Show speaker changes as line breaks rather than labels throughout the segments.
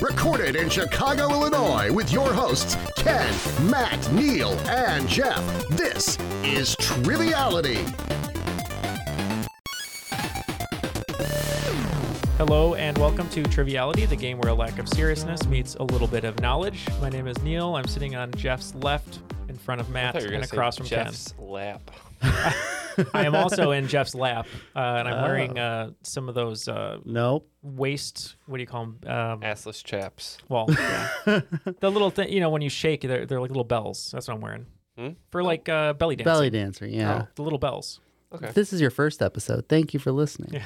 Recorded in Chicago, Illinois, with your hosts, Ken, Matt, Neil, and Jeff. This is Triviality.
Hello and welcome to Triviality, the game where a lack of seriousness meets a little bit of knowledge. My name is Neil. I'm sitting on Jeff's left in front of Matt
thought you were
and
gonna say
across from
Jeff's lap.
Ken. I am also in Jeff's lap, uh, and I'm
Oh.
wearing uh, some of those uh,
Nope.
waist, what do you call them? Um,
Assless chaps.
well, yeah. the little thing, you know, when you shake, they're, they're like little bells. That's what I'm wearing.
Hmm?
For like uh, belly dancing.
Belly dancer. Yeah.
The little bells.
If this is your first episode, thank you for listening.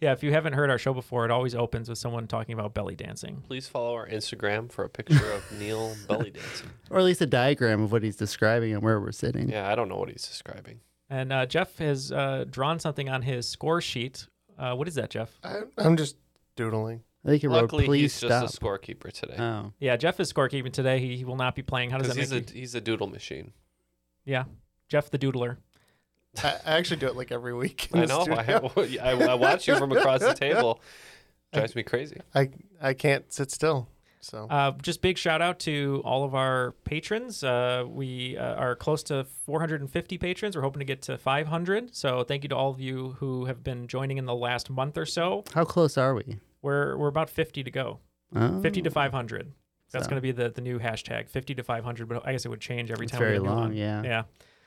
Yeah, if you haven't heard our show before, it always opens with someone talking about belly dancing.
Please follow our Instagram for a picture of Neil belly dancing.
Or at least a diagram of what he's describing and where we're sitting.
Yeah, I don't know what he's describing.
And uh, Jeff has uh, drawn something on his score sheet. Uh, what is that, Jeff?
I, I'm just doodling.
I think it wrote,
Luckily,
please
he's
stop.
just a scorekeeper today.
oh.
Yeah, Jeff is scorekeeping today. He, he will not be playing. How does that
Because
make
he's a
you?
he's a doodle machine.
yeah, Jeff the Doodler.
I, I actually do it like every week. in
I
the
know.
studio.
I, I, I watch you from across the table. Drives me crazy.
I I can't sit still. So
Uh, just big shout out to all of our patrons. Uh, we uh, are close to 450 patrons. We're hoping to get to 500. So thank you to all of you who have been joining in the last month or so.
How close are we?
We're we're about 50 to go.
Oh,
50 to 500. That's
So-
going to be the, the new hashtag, 50 to 500. But I guess it would change every
It's
time. we
very
have a new
long,
one.
yeah.
Yeah.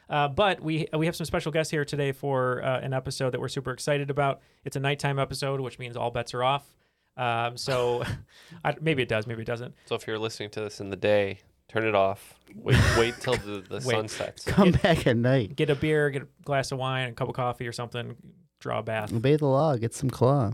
Uh, but we we have some special guests here today for uh, an episode that we're super excited about. It's a nighttime episode, which means all bets are off. Um, so I, maybe it does, maybe it doesn't.
So if you're listening to this in the day, turn it off. Wait, wait till the, the sun sets.
Come back at night.
Get a beer, get a glass of wine, a cup of coffee or something. Draw a bath.
Obey the law. Get some claw.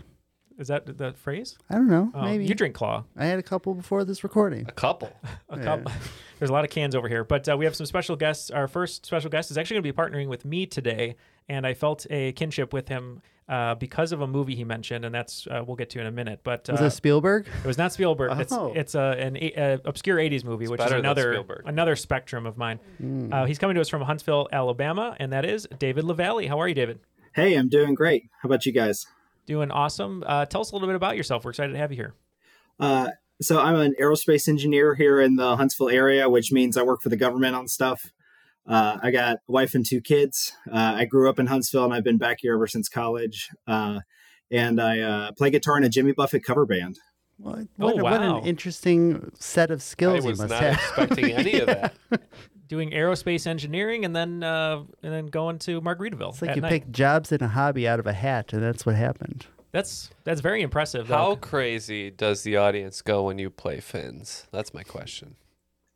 Is that the phrase?
I don't know.
Um,
maybe.
You drink claw.
I had a couple before this recording.
A couple.
a cup. There's a lot of cans over here, but uh, we have some special guests. Our first special guest is actually going to be partnering with me today, and I felt a kinship with him uh, because of a movie he mentioned, and that's uh, we'll get to in a minute. But uh,
Was it Spielberg?
it was not Spielberg.
Oh.
It's it's uh, an eight- uh, obscure '80s movie, which is
better than
another
Spielberg.
another spectrum of mine.
Hmm.
Uh, he's coming to us from Huntsville, Alabama, and that is David Lavalley. How are you, David?
Hey, I'm doing great. How about you guys?
Doing awesome. Uh, tell us a little bit about yourself. We're excited to have you here.
Uh, so, I'm an aerospace engineer here in the Huntsville area, which means I work for the government on stuff. Uh, I got a wife and two kids. Uh, I grew up in Huntsville and I've been back here ever since college. Uh, and I uh, play guitar in a Jimmy Buffett cover band.
What,
Oh,
what, what
wow.
an interesting set of
I
skills you
was
must
not
have.
expecting any of that.
Doing aerospace engineering, and then uh, and then going to Margaritaville.
It's like
at
you
night.
picked jobs and a hobby out of a hat, and that's what happened.
That's that's very impressive.
How
Though.
crazy does the audience go when you play fins? That's my question.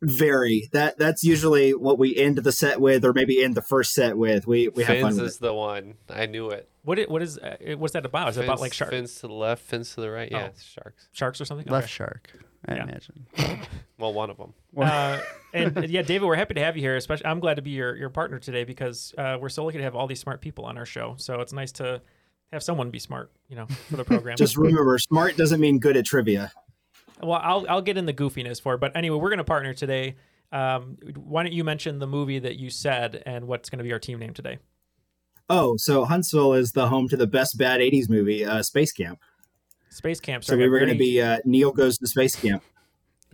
Very. That That's usually what we end the set with, or maybe end the first set with. We, we have fun
fins
with
is
it.
the one. I knew it.
What it, what is uh, what's that about? Is it about like sharks
Fins to the left, fins to the right. Yeah,
Oh.
it's sharks.
sharks or something?
Left
Okay.
shark, I
Yeah.
imagine.
Well, one of them.
Uh, and uh, yeah, David, we're happy to have you here. Especially, I'm glad to be your, your partner today because uh, we're so lucky to have all these smart people on our show. So it's nice to have someone be smart, you know, for the program.
Just remember, smart doesn't mean good at trivia.
well, I'll I'll get in the goofiness for it, but anyway, we're going to partner today. Um, why don't you mention the movie that you said and what's going to be our team name today?
Oh, so Huntsville is the home to the best bad 80s movie, uh, Space Camp.
Space Camp.
So
starring
we
a
were going to
very-
be uh, Neil goes to space camp.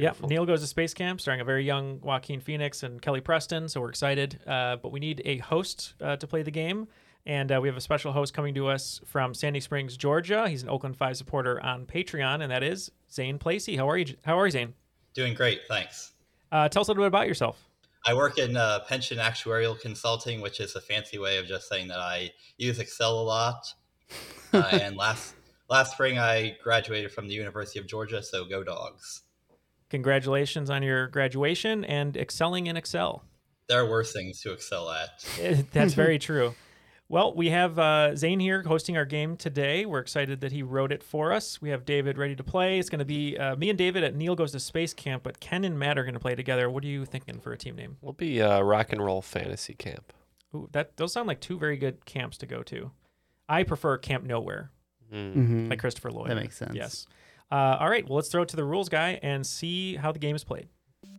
Yeah, Neil goes to space camp, starring a very young Joaquin Phoenix and Kelly Preston. So we're excited, uh, but we need a host uh, to play the game, And uh, we have a special host coming to us from Sandy Springs, Georgia. He's an Oakland Five supporter on Patreon, and that is Zane Placey. How are you? How are you, Zane?
Doing great, thanks.
Uh, tell us a little bit about yourself.
I work in uh, pension actuarial consulting, which is a fancy way of just saying that I use Excel a lot. Uh, and last last spring, I graduated from the University of Georgia, so go dogs.
Congratulations on your graduation and excelling in Excel.
There are worse things to excel at.
Eh, That's very true. Well, we have uh, Zane here hosting our game today. We're excited that he wrote it for us. We have David ready to play. It's going to be uh, me and David at Neil Goes to Space Camp, but Ken and Matt are going to play together. What are you thinking for a team name?
We'll be uh, rock and roll fantasy camp.
Ooh, that those sound like two very good camps to go to. I prefer Camp Nowhere,
Mm-hmm.
Mhm.
like Christopher Lloyd.
That makes sense.
Yes. Uh, all right. Well, let's throw it to the rules guy and see how the game is played.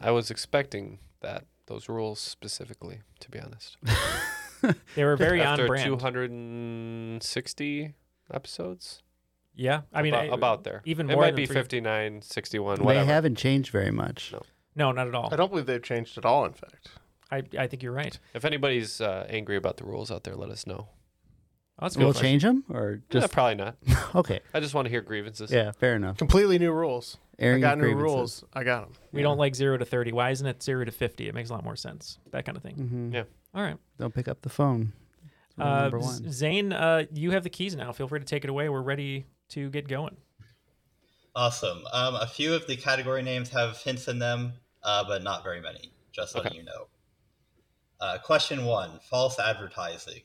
I was expecting that those rules specifically, to be honest.
They were very on
After
brand.
260 episodes,
Yeah, I mean
about,
I-
about there.
Even
it
more
might
than
be
three-
59, 61,
They
whatever.
haven't changed very much.
No.
No, not at all.
I don't believe they've changed at all. In fact,
I, I think you're right.
If anybody's uh, angry about the rules out there, let us know.
Oh, that's a good
We'll
question.
change them or
Just
just
probably not.
okay.
I just want to hear grievances.
Yeah, fair enough.
completely new rules.
Airing
I got new
grievances.
rules. I got them.
We don't like zero to thirty. Why isn't it zero to fifty? It makes a lot more sense. That kind of thing.
Mm-hmm.
Mhm.
Yeah.
All right.
Don't pick up the phone. That's rule
Uh,
number
Z-
one.
Zane, uh, you have the keys now. Feel free to take it away. We're ready to get going.
Awesome. Um, a few of the category names have hints in them, uh, but not very many, just letting
Okay.
you know. Uh, question one False advertising.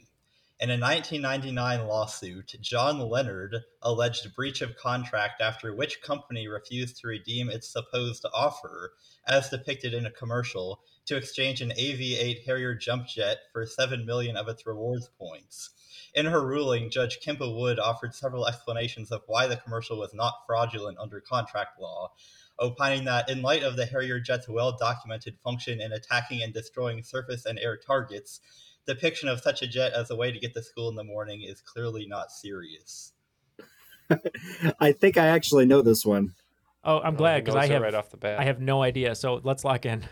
In a 1999 lawsuit, John Leonard alleged breach of contract after which company refused to redeem its supposed offer, as depicted in a commercial, to exchange an AV-8 Harrier jump jet for seven million of its rewards points. In her ruling, Judge Kimba Wood offered several explanations of why the commercial was not fraudulent under contract law, opining that in light of the Harrier jet's well documented function in attacking and destroying surface and air targets, depiction of such a jet as a way to get to school in the morning is clearly not serious.
I think I actually know this one.
Oh, I'm
Oh,
glad
he
because
knows
I
it
have
right off the bat.
I have no idea. So let's lock in.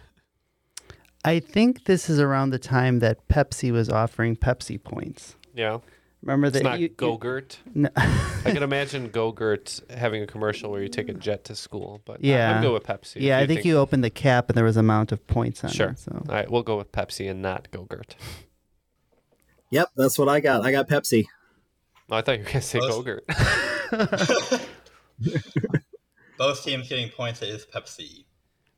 I think this is around the time that Pepsi was offering Pepsi points.
Yeah.
Remember that?
It's not
you- you-
Go-Gurt.
No.
I can imagine Go-Gurt having a commercial where you take a jet to school, but yeah.
Yeah.
I'm good with Pepsi. if
yeah, I think, you opened the cap and there was amount of points on
Sure.
it. So
All right, we'll go with Pepsi and not Go-Gurt.
Yep, that's what I got. I got Pepsi.
No, Oh, I thought you were going to say
Close.
Go-Gurt.
Both teams getting points is Pepsi.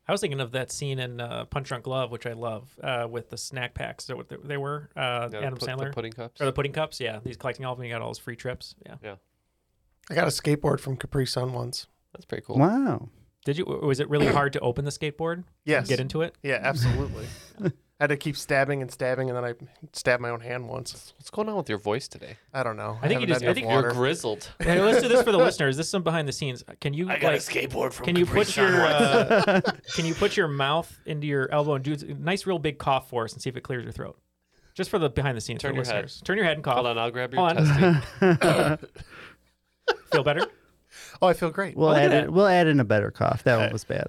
I was thinking of that scene in uh, Punch Drunk Love, which I love, uh, with the snack packs. Is that what they- they were? Uh,
Yeah, the
Adam
pu- the
Sandler
pudding cups.
or the pudding cups? Yeah, he's collecting all of them. He got all his free trips. Yeah.
Yeah.
I got a skateboard from Capri Sun once.
That's pretty cool.
wow,
Did you? Was it really hard to open the skateboard?
Yes.
Get into it.
Yeah, absolutely. I had to keep stabbing and stabbing, and then I stabbed my own hand once.
What's going on with your voice today?
I don't know.
I think
haven't
you just-
had
I
enough
think
water.
You're grizzled.
Hey, let's do this for the listeners. This is some behind the scenes. Can you like
skateboard from
can you put your uh, can you put your mouth into your elbow and do a nice real big cough for us and see if it clears your throat just for the behind the scenes
Turn
for
your head.
listeners turn your head and cough
Hold on, I'll grab your
Hold on.
testing.
feel better
Oh, I feel great.
we'll
look at
add
that.
it. We'll add in a better cough. That
Uh,
one was bad.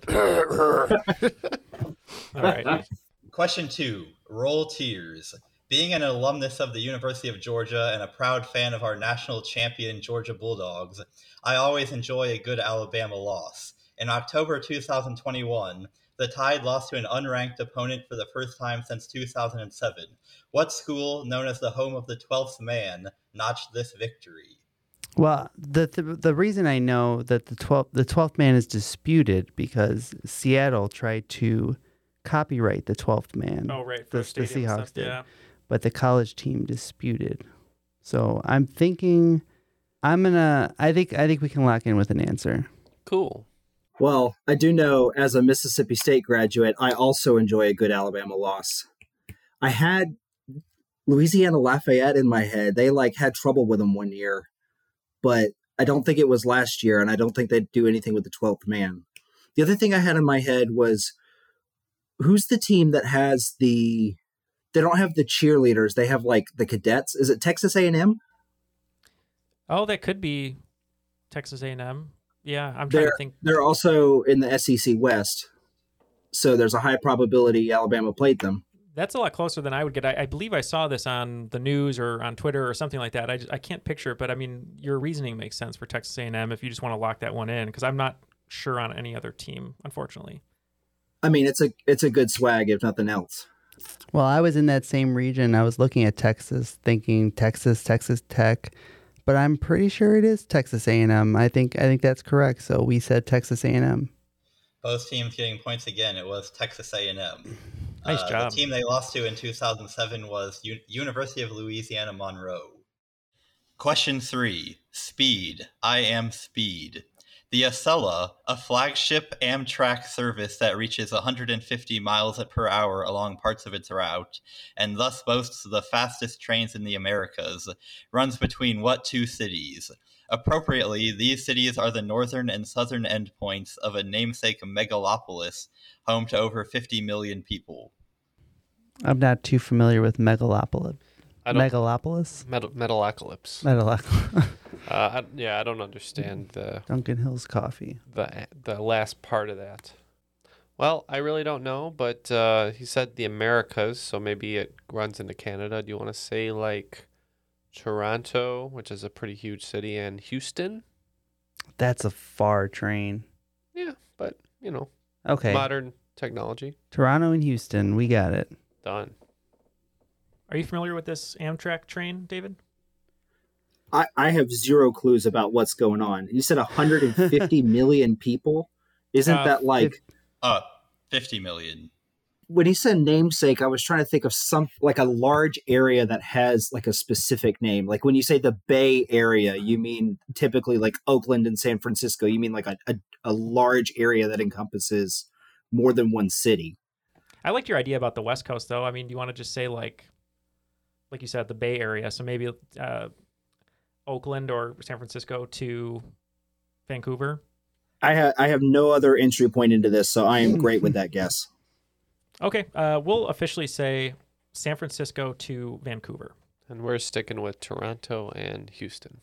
all right
Question two Roll Tears. Being an alumnus of the University of Georgia and a proud fan of our national champion Georgia Bulldogs, I always enjoy a good Alabama loss. In October 2021, the Tide lost to an unranked opponent for the first time since 2007. What school, known as the home of the 12th man, notched this victory?
Well, the th- the reason I know that the twelfth the twelfth man is disputed because Seattle tried to copyright the twelfth man.
oh right
the,
first
the
stadium
Seahawks
stuff.
did,
yeah
but the college team disputed. So I'm thinking, I'm gonna. I think I think we can lock in with an answer.
cool.
Well, I do know as a Mississippi State graduate, I also enjoy a good Alabama loss. I had Louisiana Lafayette in my head. They like had trouble with them one year, but I don't think it was last year, and I don't think they'd do anything with the twelfth man. The other thing I had in my head was who's the team that has the they don't have the cheerleaders, they have like the cadets. Is it Texas A and M?
Oh, that could be Texas A&M. Yeah, I'm trying
they're,
to think.
They're also in the SEC West, so there's a high probability Alabama played them.
That's a lot closer than I would get. I, I believe I saw this on the news or on Twitter or something like that. I, just, I can't picture it, but I mean, your reasoning makes sense for Texas A&M if you just want to lock that one in, because I'm not sure on any other team, unfortunately.
I mean, it's a it's a good swag if nothing else.
Well, I was in that same region. I was looking at Texas, thinking Texas, Texas Tech, but I'm pretty sure it is Texas A&M. I think I think that's correct. So we said Texas A&M.
Both teams getting points again. It was Texas A&M.
Nice
Uh,
job.
The team they lost to in 2007 was U- University of Louisiana Monroe. Question three: Speed. I am Speed. The Acela, a flagship Amtrak service that reaches 150 miles per hour along parts of its route, and thus boasts the fastest trains in the Americas, runs between what two cities? Appropriately, these cities are the northern and southern endpoints of a namesake megalopolis, home to over 50 million people.
I'm not too familiar with Megalopolis.
I don't-
Megalopolis?
Metal, metalocalypse.
Metalocalypse.
uh, I, yeah, I don't understand the
Duncan Hills Coffee.
the the last part of that. Well, I really don't know, but uh, he said the Americas, so maybe it runs into Canada. Do you want to say like Toronto, which is a pretty huge city, and Houston?
That's a far train.
Yeah, but you know,
Okay.
modern technology.
Toronto and Houston, we got it.
Done.
Are you familiar with this Amtrak train, David?
I, I have zero clues about what's going on. You said 150 million people. Isn't
Uh,
that like
Uh, 50 million.
when he said namesake? I was trying to think of some like a large area that has like a specific name. Like when you say the Bay Area, you mean typically like Oakland and San Francisco. You mean like a, a, a large area that encompasses more than one city.
I liked your idea about the West Coast, though. I mean, do you want to just say like, like you said, the Bay Area? So maybe uh, Oakland or San Francisco to Vancouver.
I ha- I have no other entry point into this, so I am great with that guess.
Okay, uh, we'll officially say San Francisco to Vancouver.
And we're sticking with Toronto and Houston.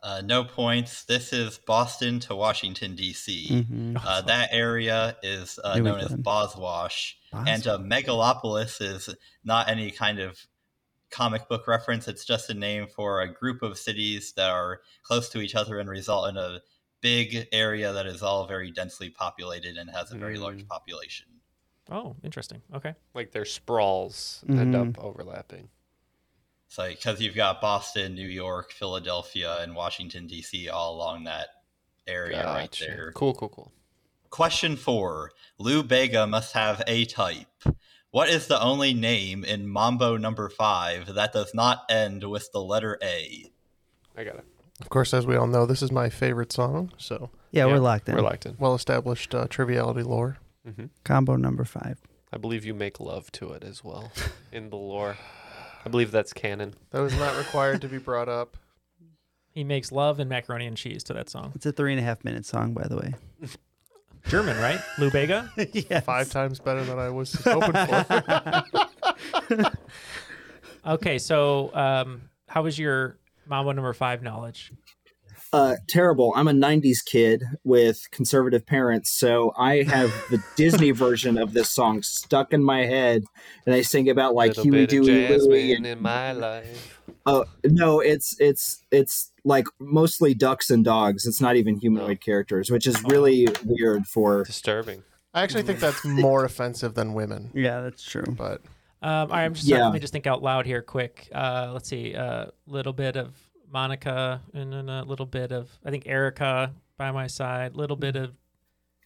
Uh, no points. This is Boston to Washington, D.C.
Mhm.
Uh, that area is uh,
New
known as
England.
Boswash. And uh, megalopolis is not any kind of comic book reference. It's just a name for a group of cities that are close to each other and result in a big area that is all very densely populated and has a very
Mm.
large population.
Oh, interesting. Okay.
Like their sprawls end
Mhm.
up overlapping.
So, because you've got Boston, New York, Philadelphia, and Washington, D.C., all along that area right
Gotcha.
there.
Cool, cool, cool.
Question four Lou Bega must have a type. What is the only name in Mambo number five that does not end with the letter A?
I got it.
Of course, as we all know, this is my favorite song. So
Yeah, we're Yeah, locked in. we're
locked in. Mm-hmm.
Well-established uh, triviality lore.
Combo number five.
I believe you make love to it as well in the lore. I believe that's canon.
That was not required to be brought up.
He makes love and macaroni and cheese to that song.
It's a three and a half minute song, by the way.
German, right? Lou Bega.
Five times better than I was hoping for.
Okay, so um, how was your Mambo number five knowledge?
Uh, terrible. I'm a '90s kid with conservative parents, so I have the Disney version of this song stuck in my head, and they sing about like
Little
Huey,
bit of
Dewey, Louie,
Jasmine
and
in my life.
oh no, it's it's it's like mostly ducks and dogs. It's not even humanoid characters, which is really weird for
Oh. disturbing.
I actually think that's more offensive than women.
Yeah, that's true.
But
Um, all right, I'm just
Yeah.
let me just think out loud here, quick. Uh, let's see, a little bit of Monica, and then a little bit of I think Erica by my side, little bit of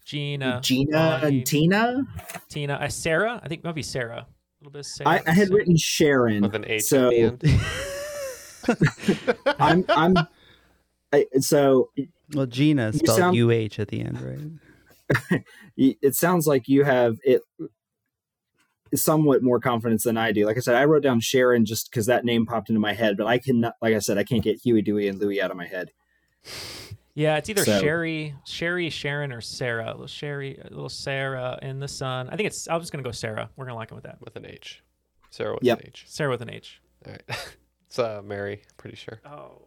Gina,
Gina
Bonnie,
and Tina.
Tina, uh, Sarah. I think maybe Sarah. A little bit of Sarah.
I, I had written Sharon
with an H
so
at the end.
I'm I'm I, so
Well, Gina
You
spelled
sound-
UH at the end, right?
y- it sounds like you have it somewhat more confidence than I do. Like I said, I wrote down Sharon just because that name popped into my head, but I cannot, like I said, I can't get Huey, Dewey, and Louie out of my head.
Yeah, it's either
So-
Sherry, Sherry, Sharon, or Sarah. Little Sherry, little Sarah in the sun. I think it's. I'm just gonna go Sarah. We're gonna lock in with that.
With an H. Sarah with
Yep.
an H.
Sarah with an H.
All right. it's uh, Mary, pretty sure.
Oh.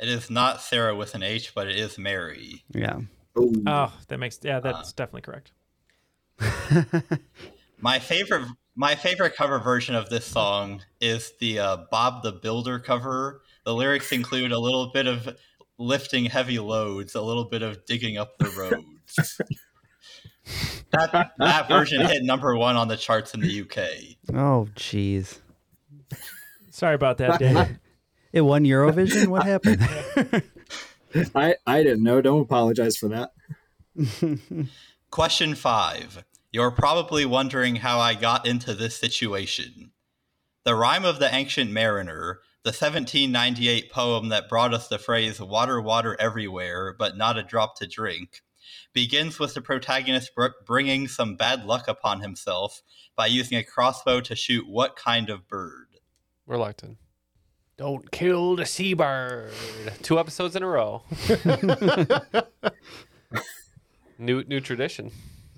It is not Sarah with an H, but it is Mary.
Yeah.
Oh, that makes. Yeah,
Uh,
that's definitely correct.
My favorite, my favorite cover version of this song is the uh, Bob the Builder cover. The lyrics include a little bit of lifting heavy loads, a little bit of digging up the roads. that that version hit number one on the charts in the UK.
Oh, jeez.
Sorry about that, Dave.
It won Eurovision. What happened?
I, I didn't know. Don't apologize for that.
Question five. You're probably wondering how I got into this situation. The Rhyme of the Ancient Mariner, the 1798 poem that brought us the phrase water, water everywhere, but not a drop to drink, begins with the protagonist br- bringing some bad luck upon himself by using a crossbow to shoot what kind of bird?
We're locked in. Don't kill the seabird. Two episodes in a row. new new tradition.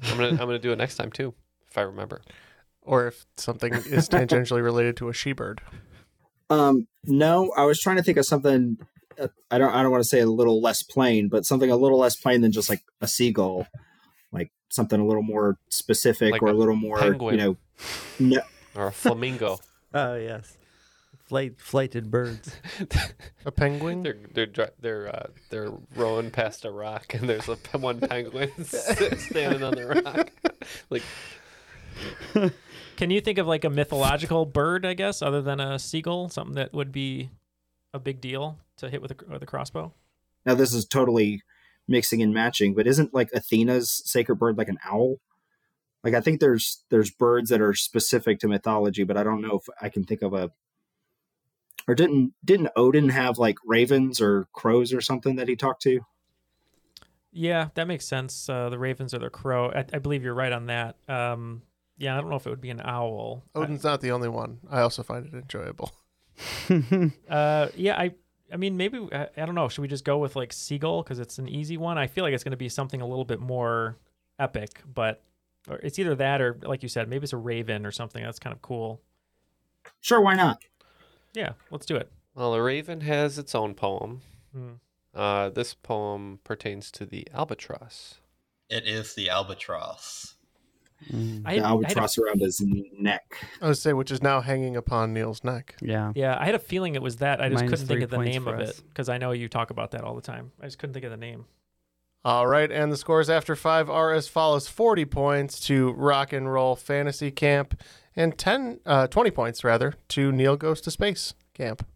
I'm gonna I'm gonna do it next time too, if I remember.
Or if something is tangentially related to a she-bird.
Um, no, I was trying to think of something. uh, I don't. I don't want to say a little less plain, but something a little less plain than just like a seagull, like something a little more specific
Like
or
a
a little more,
penguin.
you know. No,
Or a flamingo.
oh yes, Flight, flighted birds.
A penguin?
they're they're dri- they're uh, they're rowing past a rock, and there's a pe- one penguin standing on the rock. Like
Can you think of like a mythological bird? I guess other than a seagull, something that would be a big deal to hit with a, with a crossbow.
now this is totally mixing and matching, but isn't like Athena's sacred bird like an owl? Like I think there's there's birds that are specific to mythology, but I don't know if I can think of a. Or didn't didn't Odin have like ravens or crows or something that he talked to?
Yeah, that makes sense. Uh, the ravens or the crow. I, I believe you're right on that. Um, yeah, I don't know if it would be an owl.
Odin's not the only one. I also find it enjoyable.
Uh, yeah, I. I mean, maybe I, I don't know. Should we just go with like seagull because it's an easy one? I feel like it's going to be something a little bit more epic, but or it's either that or like you said, maybe it's a raven or something. That's kind of cool.
Sure, why not?
Yeah, let's do it.
Well, the raven has its own poem.
Hmm.
Uh, this poem pertains to the albatross.
It is the albatross.
I
The
had- I had a-
albatross around his neck.
I would say, which is now hanging upon Neil's neck.
Yeah.
yeah, I had a feeling it was that. I just
Minus
couldn't think
three
of the
points
name
for
of
us.
it because I know you talk about that all the time. I just couldn't think of the name.
All right, and the scores after five are as follows: forty points to Rock and Roll Fantasy Camp, and 10, uh, 20 points rather to Neil Goes to Space Camp.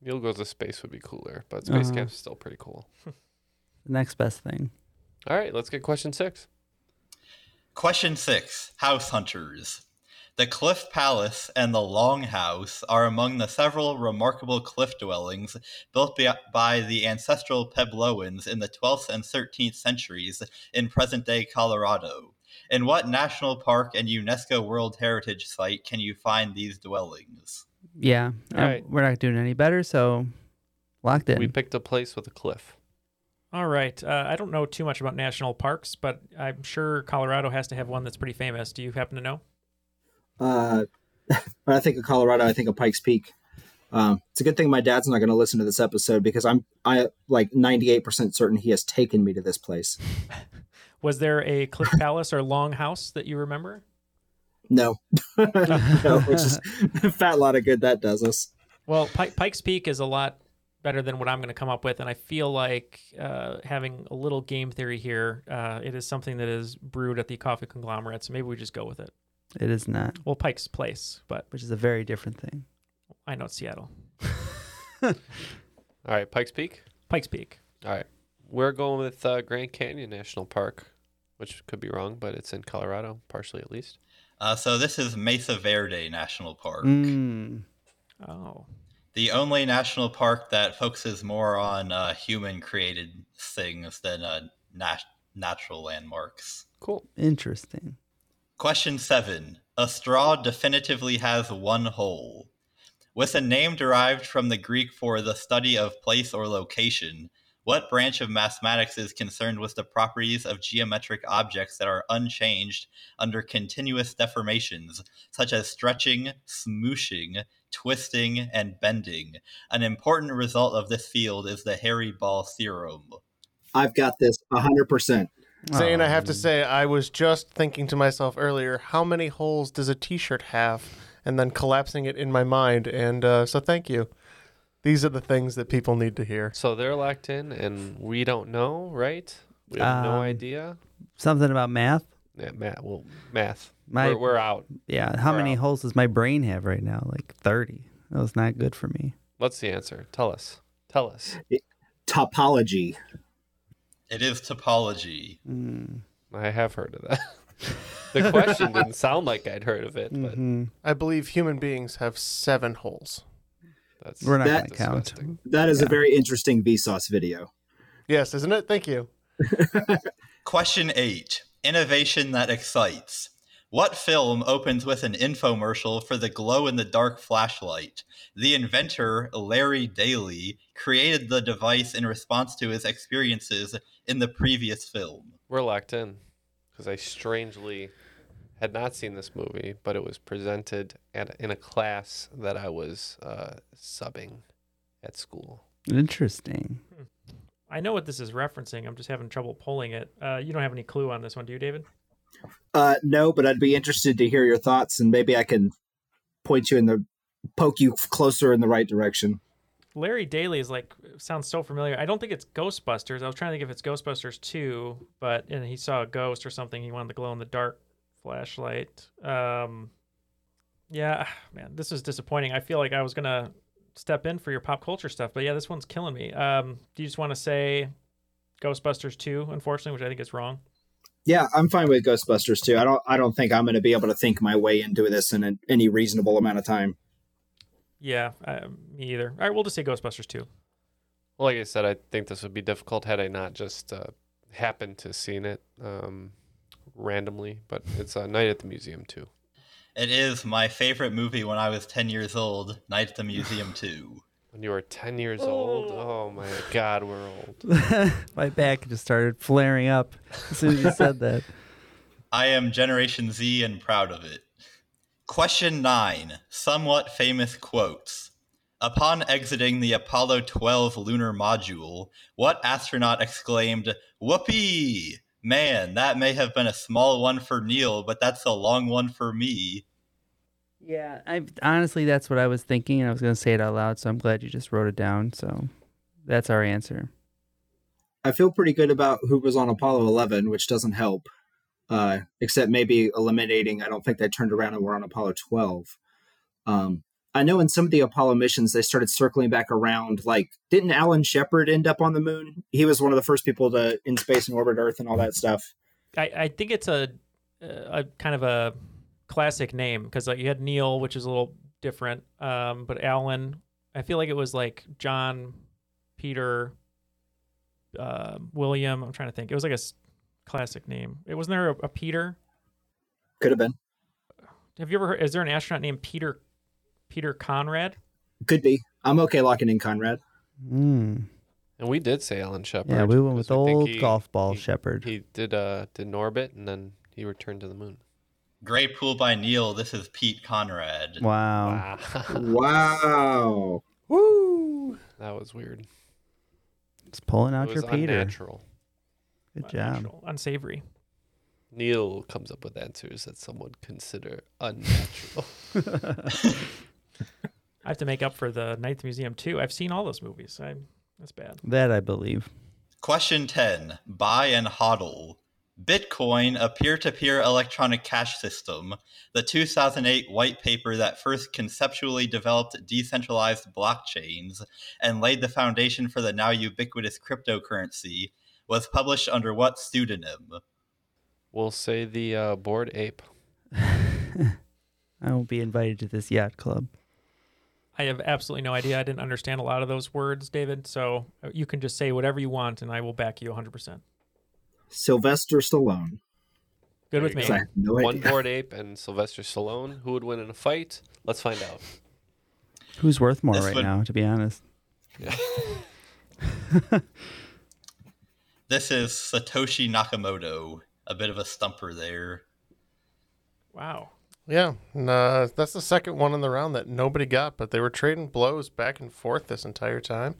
Neil goes to space would be cooler, but space
Uh-huh.
camp's still pretty cool.
Next best thing.
All right, let's get question six.
Question six House Hunters. The Cliff Palace and the Long House are among the several remarkable cliff dwellings built by- by the ancestral Puebloans in the 12th and 13th centuries in present day Colorado. In what national park and UNESCO World Heritage Site can you find these dwellings?
Yeah.
All
uh,
right.
We're not doing any better, so locked in.
We picked a place with a cliff.
All right. Uh, I don't know too much about national parks, but I'm sure Colorado has to have one that's pretty famous. Do you happen to know?
Uh, when I think of Colorado, I think of Pikes Peak. Um, it's a good thing my dad's not going to listen to this episode because I'm I like 98% certain he has taken me to this place.
Was there a cliff palace or long house that you remember?
No, no which is a fat lot of good that does us.
Well, Pi- Pikes Peak is a lot better than what I'm going to come up with, and I feel like uh, having a little game theory here. Uh, it is something that is brewed at the coffee conglomerate, so maybe we just go with it.
It is not,
Well, Pike's Place, but
which is a very different thing.
I know it's Seattle.
All right, Pikes Peak.
Pikes Peak.
All right, we're going with uh, Grand Canyon National Park, which could be wrong, but it's in Colorado, partially at least.
Uh, so, this is Mesa Verde National Park.
Mm.
Oh,
the only national park that focuses more on uh, human created things than uh, nat- natural landmarks.
Cool.
Interesting.
Question seven A straw definitively has one hole. With a name derived from the Greek for the study of place or location, what branch of mathematics is concerned with the properties of geometric objects that are unchanged under continuous deformations, such as stretching, smooshing, twisting, and bending? An important result of this field is the hairy ball theorem.
I've got this 100%.
Zane, I
Oh.
have to say, I was just thinking to myself earlier, how many holes does a T-shirt have? And then collapsing it in my mind, and uh, so thank you. These are the things that people need to hear.
So they're locked in, and we don't know, right? We have no
Um,
idea.
Something about math.
Yeah, math. Well, math.
My-
we're, we're out.
Yeah. How
We're
many
out.
holes does my brain have right now? Like 30. That was not good for me.
What's the answer? Tell us. Tell us.
Topology.
It is topology.
Mm.
I have heard of that. the question didn't sound like I'd heard of it, but
Mm-hmm.
I believe human beings have seven holes.
that's
We're not
That-
gonna count.
disgusting.
That is a very interesting Vsauce video.
Yes, isn't it? Thank you.
Question eight Innovation that excites. What film opens with an infomercial for the glow in the dark flashlight? The inventor, Larry Daly, created the device in response to his experiences in the previous film.
We're locked in because I strangely had not seen this movie, but it was presented at in a class that I was uh, subbing at school.
Interesting.
I know what this is referencing. I'm just having trouble pulling it. Uh, you don't have any clue on this one, do you, David?
Uh, no, but I'd be interested to hear your thoughts, and maybe I can point you in the poke you closer in the right direction.
Larry Daly is like sounds so familiar. I don't think it's Ghostbusters. I was trying to think if it's Ghostbusters two, but and he saw a ghost or something. He wanted the glow in the dark flashlight. Um, yeah, man, this is disappointing. I feel like I was gonna step in for your pop culture stuff, but yeah, this one's killing me. Um, do you just want to say Ghostbusters two? Unfortunately, which I think is wrong.
Yeah, I'm fine with Ghostbusters too. I don't. I don't think I'm going to be able to think my way into this in an, any reasonable amount of time.
Yeah, uh, me either. All right, we'll just say Ghostbusters two.
Well, like I said, I think this would be difficult had I not just uh, happened to seen it um, randomly. But it's a night at the museum too.
It is my favorite movie when I was 10 years old, Night at the Museum 2.
When you were ten years old, oh my God, we're old.
my back just started flaring up as soon as you said that.
I am Generation Z and proud of it. Question 9 Somewhat famous quotes. Upon exiting the Apollo 12 lunar module, what astronaut exclaimed, Whoopee! Man, that may have been a small one for Neil, but that's a long one for me.
Yeah, I honestly that's what I was thinking, and I was gonna say it out loud. So I'm glad you just wrote it down. So that's our answer.
I feel pretty good about who was on Apollo 11, which doesn't help. Uh, except maybe eliminating. I don't think they turned around and were on Apollo 12. Um, I know in some of the Apollo missions they started circling back around. Like, didn't Alan Shepard end up on the moon? He was one of the first people to in space and orbit Earth and all that stuff.
I, I think it's a, uh, a kind of a classic name because like you had Neil, which is a little different, um, but Alan. I feel like it was like John, Peter, uh, William. I'm trying to think. It was like a s- classic name. It wasn't there a, a Peter.
Could have been.
Have you ever heard? Is there an astronaut named Peter? Peter Conrad.
Could be. I'm okay locking in Conrad.
Mm.
And we did say Alan Shepard.
Yeah, we went
'cause
with
we think
old
he-
golf ball
he-
Shepherd.
He did uh did an orbit and then he returned to the moon.
Great pool by Neil. This is Pete Conrad.
Wow.
Wow.
Woo!
that was weird.
it's pulling out
it was
your Peter.
unnatural.
Good job.
Unnatural, unsavory.
Neil comes up with answers that some would consider unnatural.
I have to make up for the Ninth Museum too. I've seen all those movies. I, that's bad.
That I believe.
Question 10 Buy and hodl. Bitcoin, a peer to peer electronic cash system, the 2008 white paper that first conceptually developed decentralized blockchains and laid the foundation for the now ubiquitous cryptocurrency, was published under what pseudonym?
we'll say the uh, bored ape.
I won't be invited to this yacht club.
I have absolutely no idea. I didn't understand a lot of those words, David. So uh, you can just say whatever you want, and I will back you 100%.
Sylvester Stallone.
There
Good with
you
me.
So I have no
One
idea.
Bored Ape and Sylvester Stallone. Who would win in a fight? Let's find out.
Who's worth more
This
right
one-
now, to be honest?
This is Satoshi Nakamoto. A bit of a stumper there.
Wow.
Yeah, and, uh, that's the second one in the round that nobody got, but they were trading blows back and forth this entire time,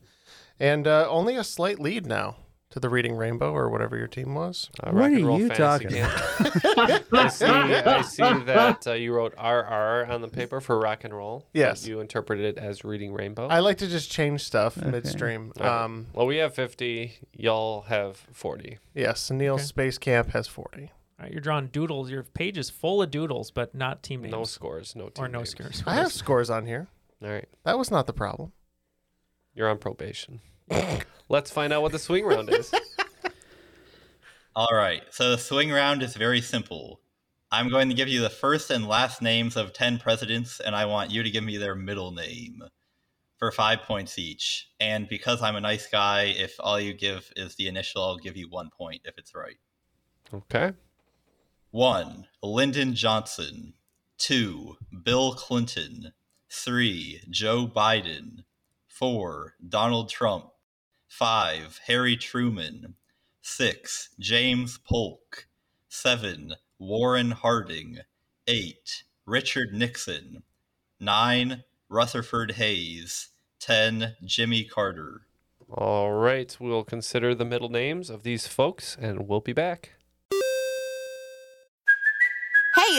and uh, only a slight lead now to the Reading Rainbow or whatever your team was.
Uh,
What
Rock
are
and Roll
you
Fantasy
talking
Camp. I see. I see that uh, you wrote RR on the paper for rock and roll. but
Yes.
You interpreted it as reading rainbow.
I like to just change stuff midstream.
Okay.
Um,
well, we have fifty. Y'all have forty.
yes, Neil Space Camp has forty.
All right, you're drawing doodles. Your page is full of doodles, but not team names
No scores. No team
or no
names.
scores.
I have scores on here.
All right.
That was not the problem.
You're on probation. Let's find out what the swing round is.
All right, so the swing round is very simple. I'm going to give you the first and last names of 10 presidents, and I want you to give me their middle name for five points each. And because I'm a nice guy, if all you give is the initial, I'll give you one point if it's right.
Okay.
One, Lyndon Johnson. Two, Bill Clinton. Three, Joe Biden. Four, Donald Trump. Five, Harry Truman. Six, James Polk. Seven, Warren Harding. Eight, Richard Nixon. Nine, Rutherford Hayes. Ten, Jimmy Carter.
All right. We'll consider the middle names of these folks, and we'll be back.
Hey,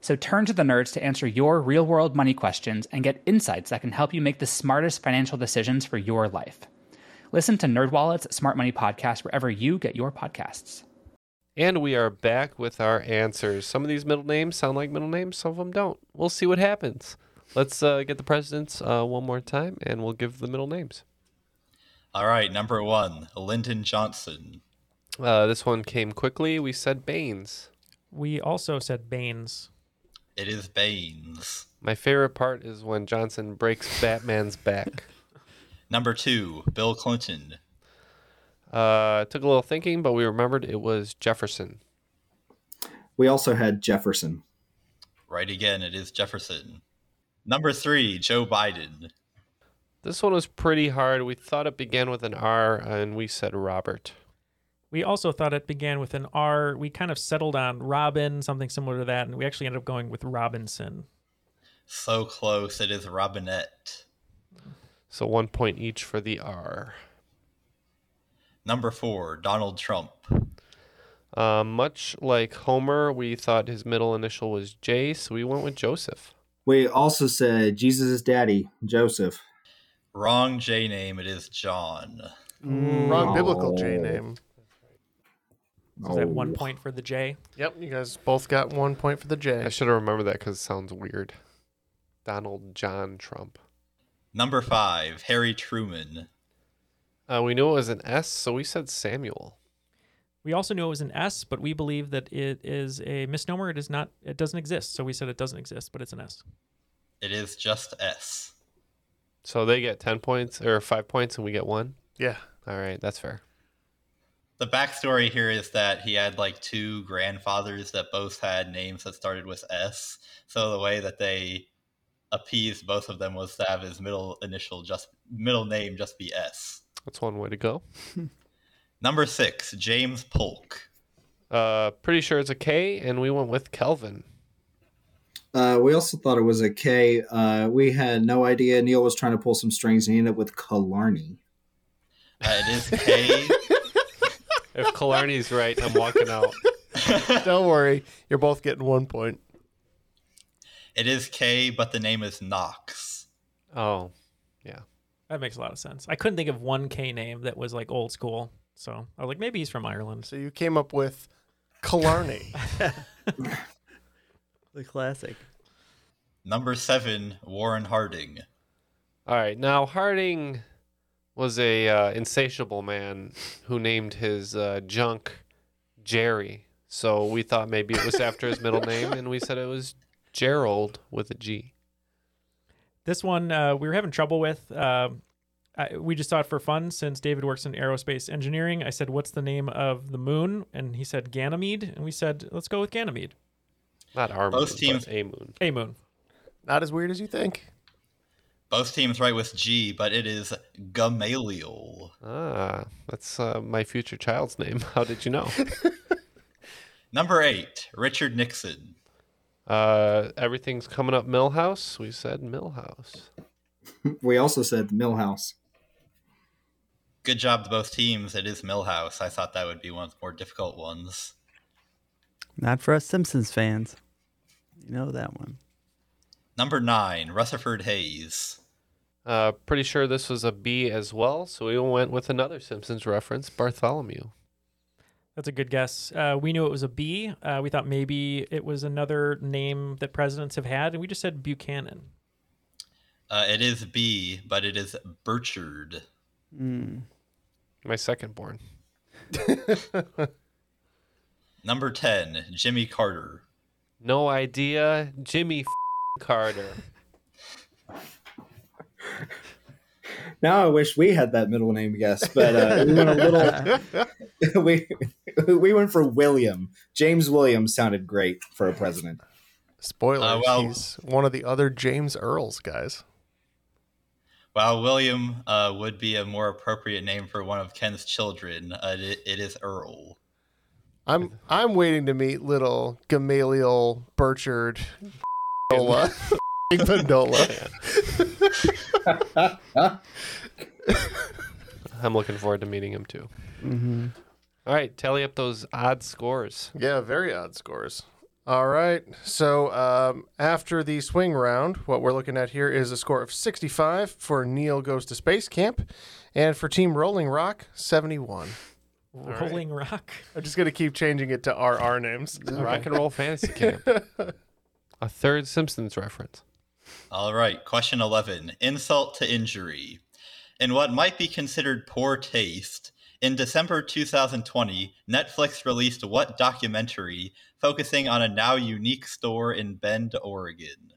So turn to the nerds to answer your real world money questions and get insights that can help you make the smartest financial decisions for your life. Listen to NerdWallet's Smart Money Podcast wherever you get your podcasts.
And we are back with our answers. Some of these middle names sound like middle names, some of them don't. We'll see what happens. Let's uh, get the presidents uh, one more time and we'll give the middle names.
All right, number one, Lyndon Johnson.
Uh, this one came quickly. We said Baines.
We also said Baines.
It is Baines.
My favorite part is when Johnson breaks Batman's back.
Number two, Bill Clinton.
Uh, it took a little thinking, but we remembered it was Jefferson.
We also had Jefferson.
Right again, it is Jefferson. Number three, Joe Biden.
This one was pretty hard. We thought it began with an R and we said Robert.
We also thought it began with an R. We kind of settled on Robin, something similar to that, and we actually ended up going with Robinson.
So close, it is Robinette.
So one point each for the R.
Number four, Donald Trump.
Uh, much like Homer, we thought his middle initial was J, so we went with Joseph.
We also said Jesus' daddy, Joseph.
Wrong J name, it is John.
Mm, Wrong biblical J name.
So Is that
Oh.
one point for the J?
Oh. Yep, you guys both got one point for the
I
J.
should have remembered that because it sounds weird. Donald John Trump.
Number five, Harry Truman.
Uh, we knew it was an S, so we said Samuel.
We also knew it was an S, but we believe that it is a misnomer. It is not. It doesn't exist. So we said it doesn't exist, but it's an S.
It is just S.
So they get 10 points or 5 points and we get 1.
Yeah.
All right, that's fair.
the backstory here is that he had like two grandfathers that both had names that started with S. So the way that they appeased both of them was to have his middle initial just middle name just be S.
That's one way to go.
Number six, James Polk.
Uh, pretty sure it's a K, and we went with Kelvin.
Uh, we also thought it was a K. Uh, we had no idea. Neil was trying to pull some strings and he ended up with Killarney.
Uh, it is K.
if Killarney's right, I'm walking out.
Don't worry, you're both getting one point.
It is K, but the name is Knox.
Oh, yeah.
That makes a lot of sense. I couldn't think of one K name that was like old school, so I was like, maybe he's from Ireland.
So you came up with Killarney.
The classic.
Number seven, Warren Harding.
All right, now Harding was a uh, insatiable man who named his uh, junk Jerry. So we thought maybe it was after his middle name, and we said it was Gerald with a G.
This one uh, we were having trouble with. Uh, I, we just thought for fun, since David works in aerospace engineering, I said, "What's the name of the moon?" And he said Ganymede, and we said, "Let's go with Ganymede."
Not our
Both teams-
but a moon.
A moon.
Not as weird as you think.
Both teams right with G, but it is Gamaliel.
Ah, that's uh, my future child's name. How did you know?
Number eight, Richard Nixon.
uh, everything's coming up Millhouse. We said Millhouse.
We also said Millhouse.
Good job to both teams. It is Millhouse. I thought that would be one of the more difficult ones.
Not for us Simpsons fans. You know that one.
Number nine, Rutherford Hayes.
Uh, pretty sure this was a B as well, so we went with another Simpsons reference, Bartholomew.
That's a good guess. Uh, we knew it was a B. Uh, we thought maybe it was another name that presidents have had, and we just said Buchanan.
Uh, it is B, but it is Burchard.
Hmm.
My second born.
Number 10, Jimmy Carter.
No idea, Jimmy f- Carter.
Now I wish we had that middle name guess, but uh, we went a little. we we went for William. James Williams sounded great for a president.
Spoiler:
Uh, well-
He's one of the other James Earls guys.
While William uh, would be a more appropriate name for one of Ken's children, uh, it, it is Earl.
I'm I'm waiting to meet little Gamaliel Burchard Pindola. Pindola.
I'm looking forward to meeting him too.
Mm-hmm.
All right, tally up those odd scores.
Yeah, very odd scores. All right. So um, after the swing round, what we're looking at here is a score of 65 for Neil Goes to Space Camp, and for Team Rolling Rock, 71.
right.
Rolling Rock.
I'm just gonna keep changing it to RR names.
Rock and Roll Fantasy Camp. A third Simpsons reference.
All right, question 11 Insult to injury. In what might be considered poor taste, in December 2020, Netflix released what documentary focusing on a now unique store in Bend, Oregon?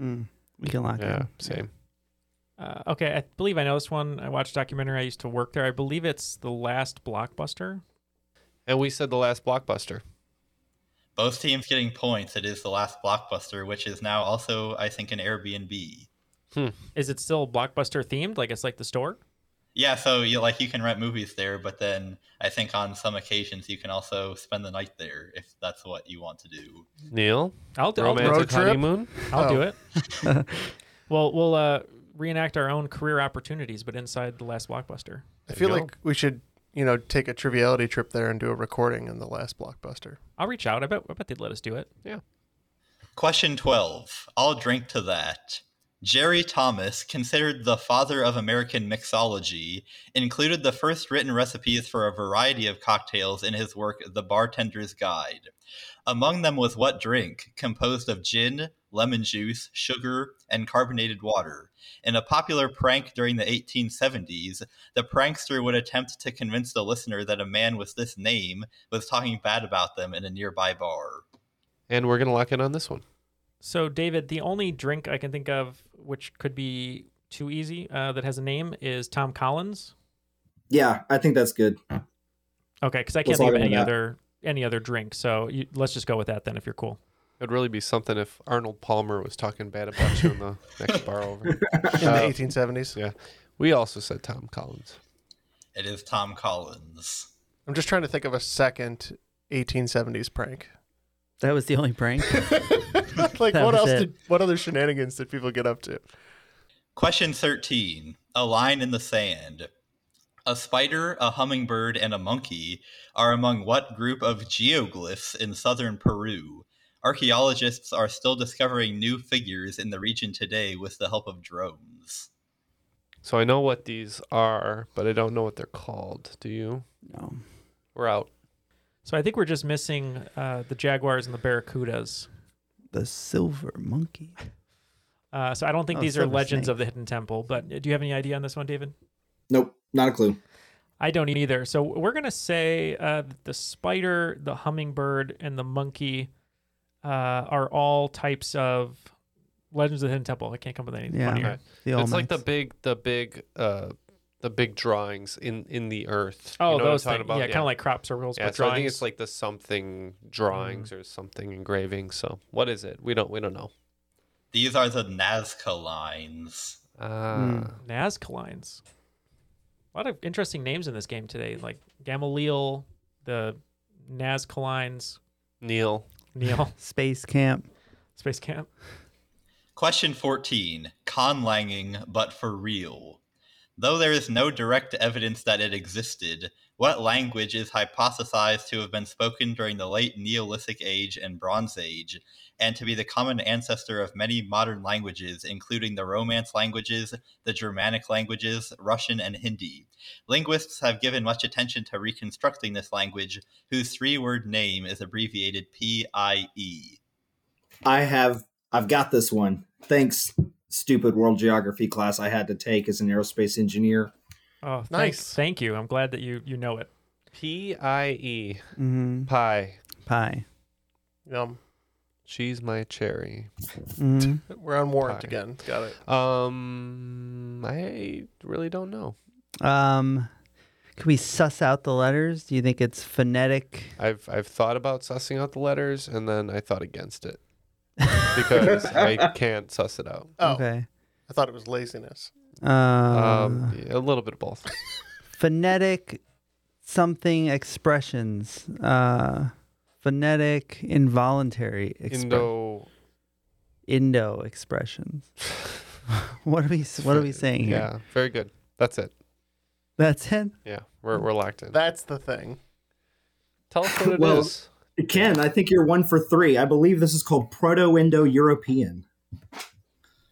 Mm-hmm.
Mm. We can lock
Yeah,
in.
same.
Uh, okay, I believe I know this one. I watched a documentary. I used to work there. I believe it's the last blockbuster.
And we said the last blockbuster.
Both teams getting points. It is the last blockbuster, which is now also, I think, an Airbnb.
Hmm.
Is it still blockbuster themed? Like it's like the store.
Yeah, so you like you can rent movies there, but then I think on some occasions you can also spend the night there if that's what you want to do.
Neil,
I'll do. I'll, do it.
romantic
road trip?
honeymoon.
I'll do
Oh.
it. well, we'll uh, reenact our own career opportunities, but inside the last blockbuster.
I feel
There you
like we should, you know, take a triviality trip there and do a recording in the last blockbuster.
I'll reach out. I bet. I bet they'd let us do it.
Question 12. I'll drink to that. Jerry Thomas, considered the father of American mixology, included the first written recipes for a variety of cocktails in his work The Bartender's Guide. Among them was What Drink, composed of gin, lemon juice, sugar, and carbonated water. In a popular prank during the 1870s, the prankster would attempt to convince the listener that a man with this name was talking bad about them in a nearby bar.
And we're gonna lock in on this one.
So, David, the only drink I can think of which could be too easy uh, that has a name is Tom Collins.
Yeah, I think that's good.
Okay, because I
Let's
can't think
log
of
into
any
that.
other any other drink. So you, let's just go with that then, if you're cool.
It'd really be something if Arnold Palmer was talking bad about you in the next bar over. In
the 1870s.
Yeah. We also said Tom Collins.
It is Tom Collins.
I'm just trying to think of a second 1870s prank.
That was the only prank.
Like
That
what
was
else
it.
did what other shenanigans did people get up to?
Question 13 A line in the sand. A spider, a hummingbird, and a monkey are among what group of geoglyphs in southern Peru? Archaeologists are still discovering new figures in the region today with the help of drones.
So I know what these are, but I don't know what they're called. Do you?
No.
We're out.
So I think we're just missing uh, the jaguars and the barracudas.
The silver monkey.
Uh, so I don't think
Oh,
these are
silver
legends of the hidden temple. But uh, do you have any idea on this one, David?
Nope, not a clue.
I don't either. So we're gonna say uh, the spider, the hummingbird, and the monkey uh, are all types of legends of the hidden temple. I can't come up with anything
Yeah.
funnier.
Right. The
it's
almonds.
like the big, the big, uh, the big drawings in in the earth.
Oh,
what I'm
those
talking
things. Yeah, kinda like crop circles,
Yeah,
but
so I think
drawings.
it's like the something drawings or something engraving. So what is it? We don't we don't know.
These are the Nazca lines.
Uh,
Nazca lines. Hmm. A lot of interesting names in this game today, like Gamaliel, the Nazca lines,
Neil,
Neil,
Space camp.
Space Camp.
Question 14 Conlanging, but for real. Though there is no direct evidence that it existed, what language is hypothesized to have been spoken during the late Neolithic Age and Bronze Age, and to be the common ancestor of many modern languages, including the Romance languages, the Germanic languages, Russian, and Hindi? Linguists have given much attention to reconstructing this language, whose three word name is abbreviated E. PIE.
I have I've got this one. Thanks, stupid world geography class I had to take as an aerospace engineer.
Oh, thank-
Nice.
Thank you. I'm glad that you you know it.
P I E.
Mm-hmm.
Pie.
Pie.
Yum.
She's my cherry.
Mhm.
We're on warrant
Pie.
again. Got it.
Um, I really don't know.
Um, can we suss out the letters? Do you think it's phonetic?
I've I've thought about sussing out the letters, and then I thought against it because I can't suss it out.
Oh.
Okay.
I thought it was laziness.
Uh,
Um, yeah, a little bit of both.
phonetic something expressions. Uh, phonetic involuntary expressions.
Indo.
Indo expressions. what are we? What are we saying here?
Yeah, very good. That's it.
That's it.
Yeah, we're we're locked in.
That's the thing.
Tell us what it is.
Well- Ken, I think you're one for three. I believe this is called Proto Indo European.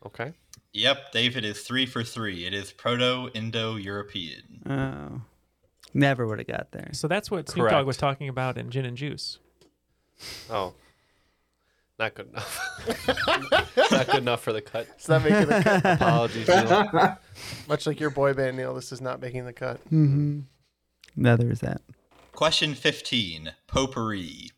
Okay.
Yep, David is three for three. It is Proto Indo European.
Oh, never would have got there.
So that's what Snoop
Correct.
Dogg was talking about in Gin and Juice.
Oh, not good enough. not good enough for the cut.
It's not making the cut.
Apologies. Neil.
Much like your boy band, Neil, this is not making the cut.
Mm-hmm. No, there was that.
Question 15 Potpourri.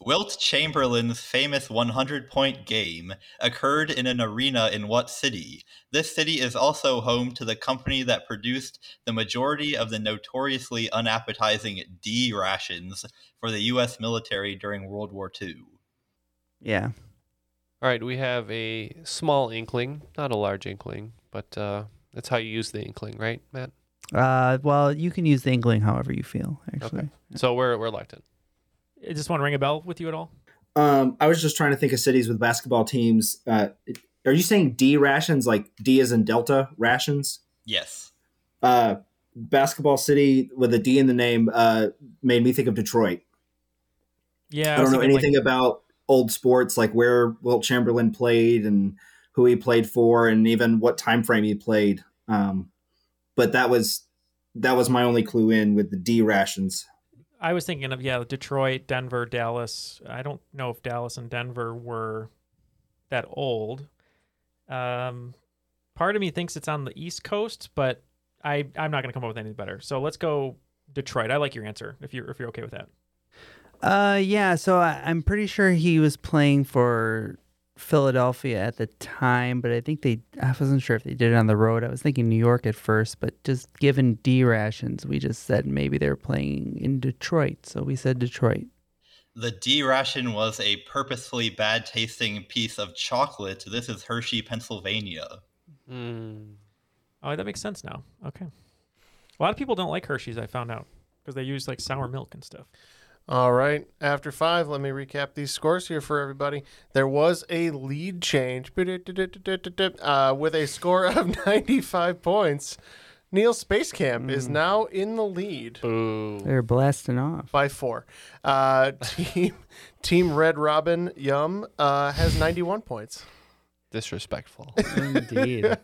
Wilt Chamberlain's famous 100 point game occurred in an arena in what city? This city is also home to the company that produced the majority of the notoriously unappetizing D rations for the U.S. military during World War II.
Yeah.
All right, we have a small inkling, not a large inkling, but uh, that's how you use the inkling, right, Matt?
Uh, well, you can use the inkling however you feel. Actually.
Okay. So we're we're locked in.
It just want to ring a bell with you at all?
Um, I was just trying to think of cities with basketball teams. Uh, are you saying D rations like D is in Delta rations?
Yes.
Uh, basketball city with a D in the name uh, made me think of Detroit.
Yeah.
I
was
don't know
thinking,
anything
like,
about old sports like where Wilt Chamberlain played and who he played for and even what time frame he played. Um, but that was that was my only clue in with the D rations.
I was thinking of yeah, Detroit, Denver, Dallas. I don't know if Dallas and Denver were that old. Um, part of me thinks it's on the East Coast, but I I'm not gonna come up with anything better. So let's go Detroit. I like your answer if you're if you're okay with that.
Uh, yeah. So I, I'm pretty sure he was playing for Philadelphia at the time, but I think they, I wasn't sure if they did it on the road. I was thinking New York at first, but just given D rations, we just said maybe they're playing in Detroit. So we said Detroit.
The D ration was a purposefully bad tasting piece of chocolate. This is Hershey, Pennsylvania.
Oh, that makes sense now. Okay. A lot of people don't like Hershey's, I found out, because they use like sour milk and stuff.
All right. After five, let me recap these scores here for everybody. There was a lead change uh, with a score of 95 points. Neil Spacecamp is now in the lead
They're blasting off.
by four. Uh, team Team Red Robin Yum uh, has 91 points.
Disrespectful.
Indeed.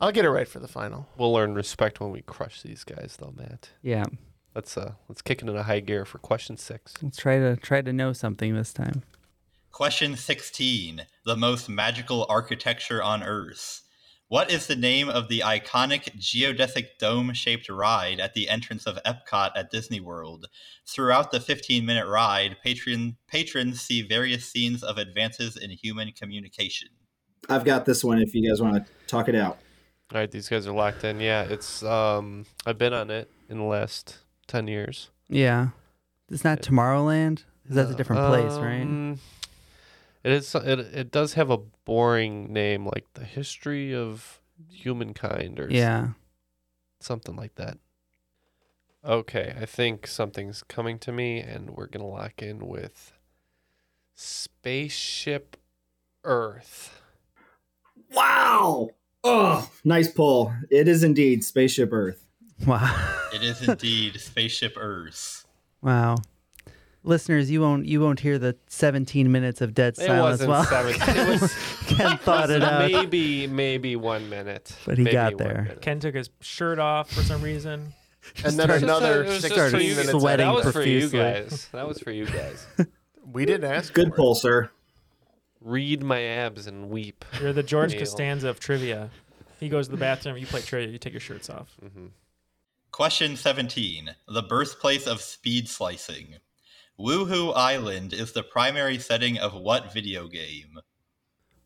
I'll get it right for the final.
We'll learn respect when we crush these guys, though, Matt.
Yeah.
Let's uh, let's kick it into high gear for question six.
Let's try to try to know something this time.
Question 16 The most magical architecture on Earth. What is the name of the iconic geodesic dome shaped ride at the entrance of Epcot at Disney World? Throughout the 15 minute ride, patron, patrons see various scenes of advances in human communication.
I've got this one if you guys want to talk it out.
All right, these guys are locked in. Yeah, it's um, I've been on it in the last ten years.
Yeah. It's not Tomorrowland. 'Cause That's a different place, right?
Um, It is. It, it does have a boring name, like the history of humankind, or s-
Yeah.
something like that. Okay, I think something's coming to me, and we're gonna lock in with Spaceship Earth.
Wow. Oh, nice pull. It is indeed Spaceship Earth.
Wow.
It is indeed Spaceship Earth.
Wow. Listeners, you won't you won't hear the 17 minutes of dead
It
silence.
wasn't
while
seven. It was
Ken thought it
was
out.
Maybe, maybe one minute.
But he
Maybe
got
one
there.
minute.
Ken took his shirt off for some reason.
And then
It was just-
another
it was just
16
for you-
minutes.
sweating
That was for
profusely.
you guys. That was for you guys.
We didn't ask.
Good
for it.
pull, sir.
Read my abs and weep.
You're the George
Neil.
Costanza of trivia. He goes to the bathroom, you play trivia, you take your shirts off.
Question 17 The birthplace of speed slicing. Woohoo Island is the primary setting of what video game?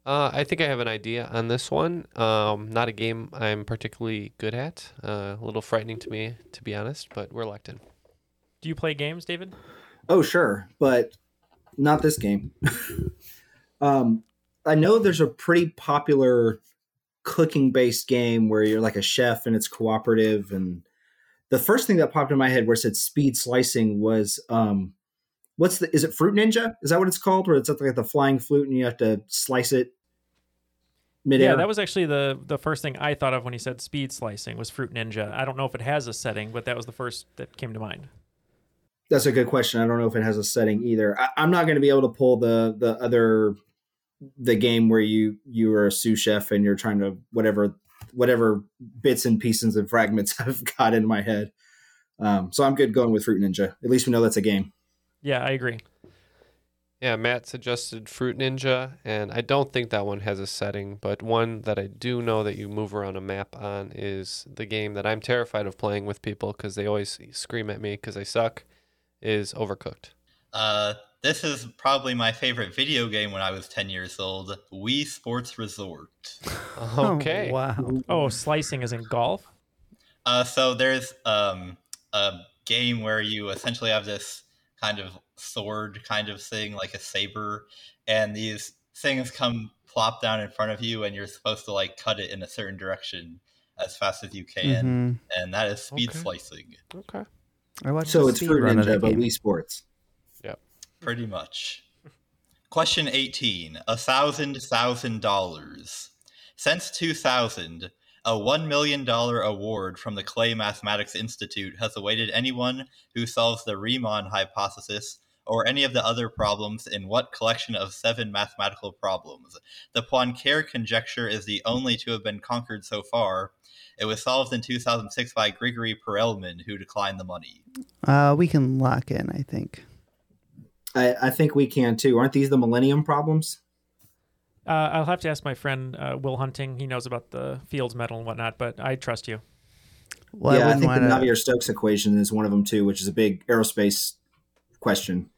Uh, I think I have an idea on this one. Um, not a game I'm particularly good at. Uh, a little frightening to me, to be honest, but we're locked in.
Do you play games, David?
Oh, sure, but not this game. um, I know there's a pretty popular cooking based game where you're like a chef and it's cooperative. And the first thing that popped in my head where it said speed slicing was um, what's the, is it Fruit Ninja? Is that what it's called? Where it's something like the flying flute and you have to slice it midair?
Yeah, that was actually the the first thing I thought of when he said speed slicing was Fruit Ninja. I don't know if it has a setting, but that was the first that came to mind.
That's a good question. I don't know if it has a setting either. I, I'm not going to be able to pull the the other the game where you you are a sous chef and you're trying to whatever whatever bits and pieces and fragments I've got in my head. Um, so I'm good going with Fruit Ninja. At least we know that's a game.
Yeah, I agree.
Yeah, Matt suggested Fruit Ninja, and I don't think that one has a setting, but one that I do know that you move around a map on is the game that I'm terrified of playing with people because they always scream at me because I suck. Is Overcooked.
Uh, this is probably my favorite video game when I was 10 years old Wii Sports Resort.
Okay.
wow.
Oh, slicing is in golf.
Uh, so there's um, a game where you essentially have this kind of sword kind of thing, like a saber, and these things come plop down in front of you, and you're supposed to like cut it in a certain direction as fast as you can,
Mhm.
and that is speed
Mm-hmm. Okay.
slicing,
Okay.
I watched
So
the
it's
speed
Fruit
run of
Ninja,
that
but
game.
Wii Sports.
pretty much. Question 18 A thousand thousand dollars. Since 2000, a $1 million award from the Clay Mathematics Institute has awaited anyone who solves the Riemann hypothesis or any of the other problems in what collection of seven mathematical problems? The Poincare conjecture is the only to have been conquered so far. It was solved in 2006 by Grigory Perelman, who declined the money.
Uh, we can lock in, I think.
I, I think we can too. Aren't these the Millennium problems?
Uh, I'll have to ask my friend uh, Will Hunting. He knows about the Fields Medal and whatnot, but I trust you.
Well,
yeah, I,
wouldn't
think the
wanna-
Navier-Stokes equation is one of them too, which is a big aerospace question.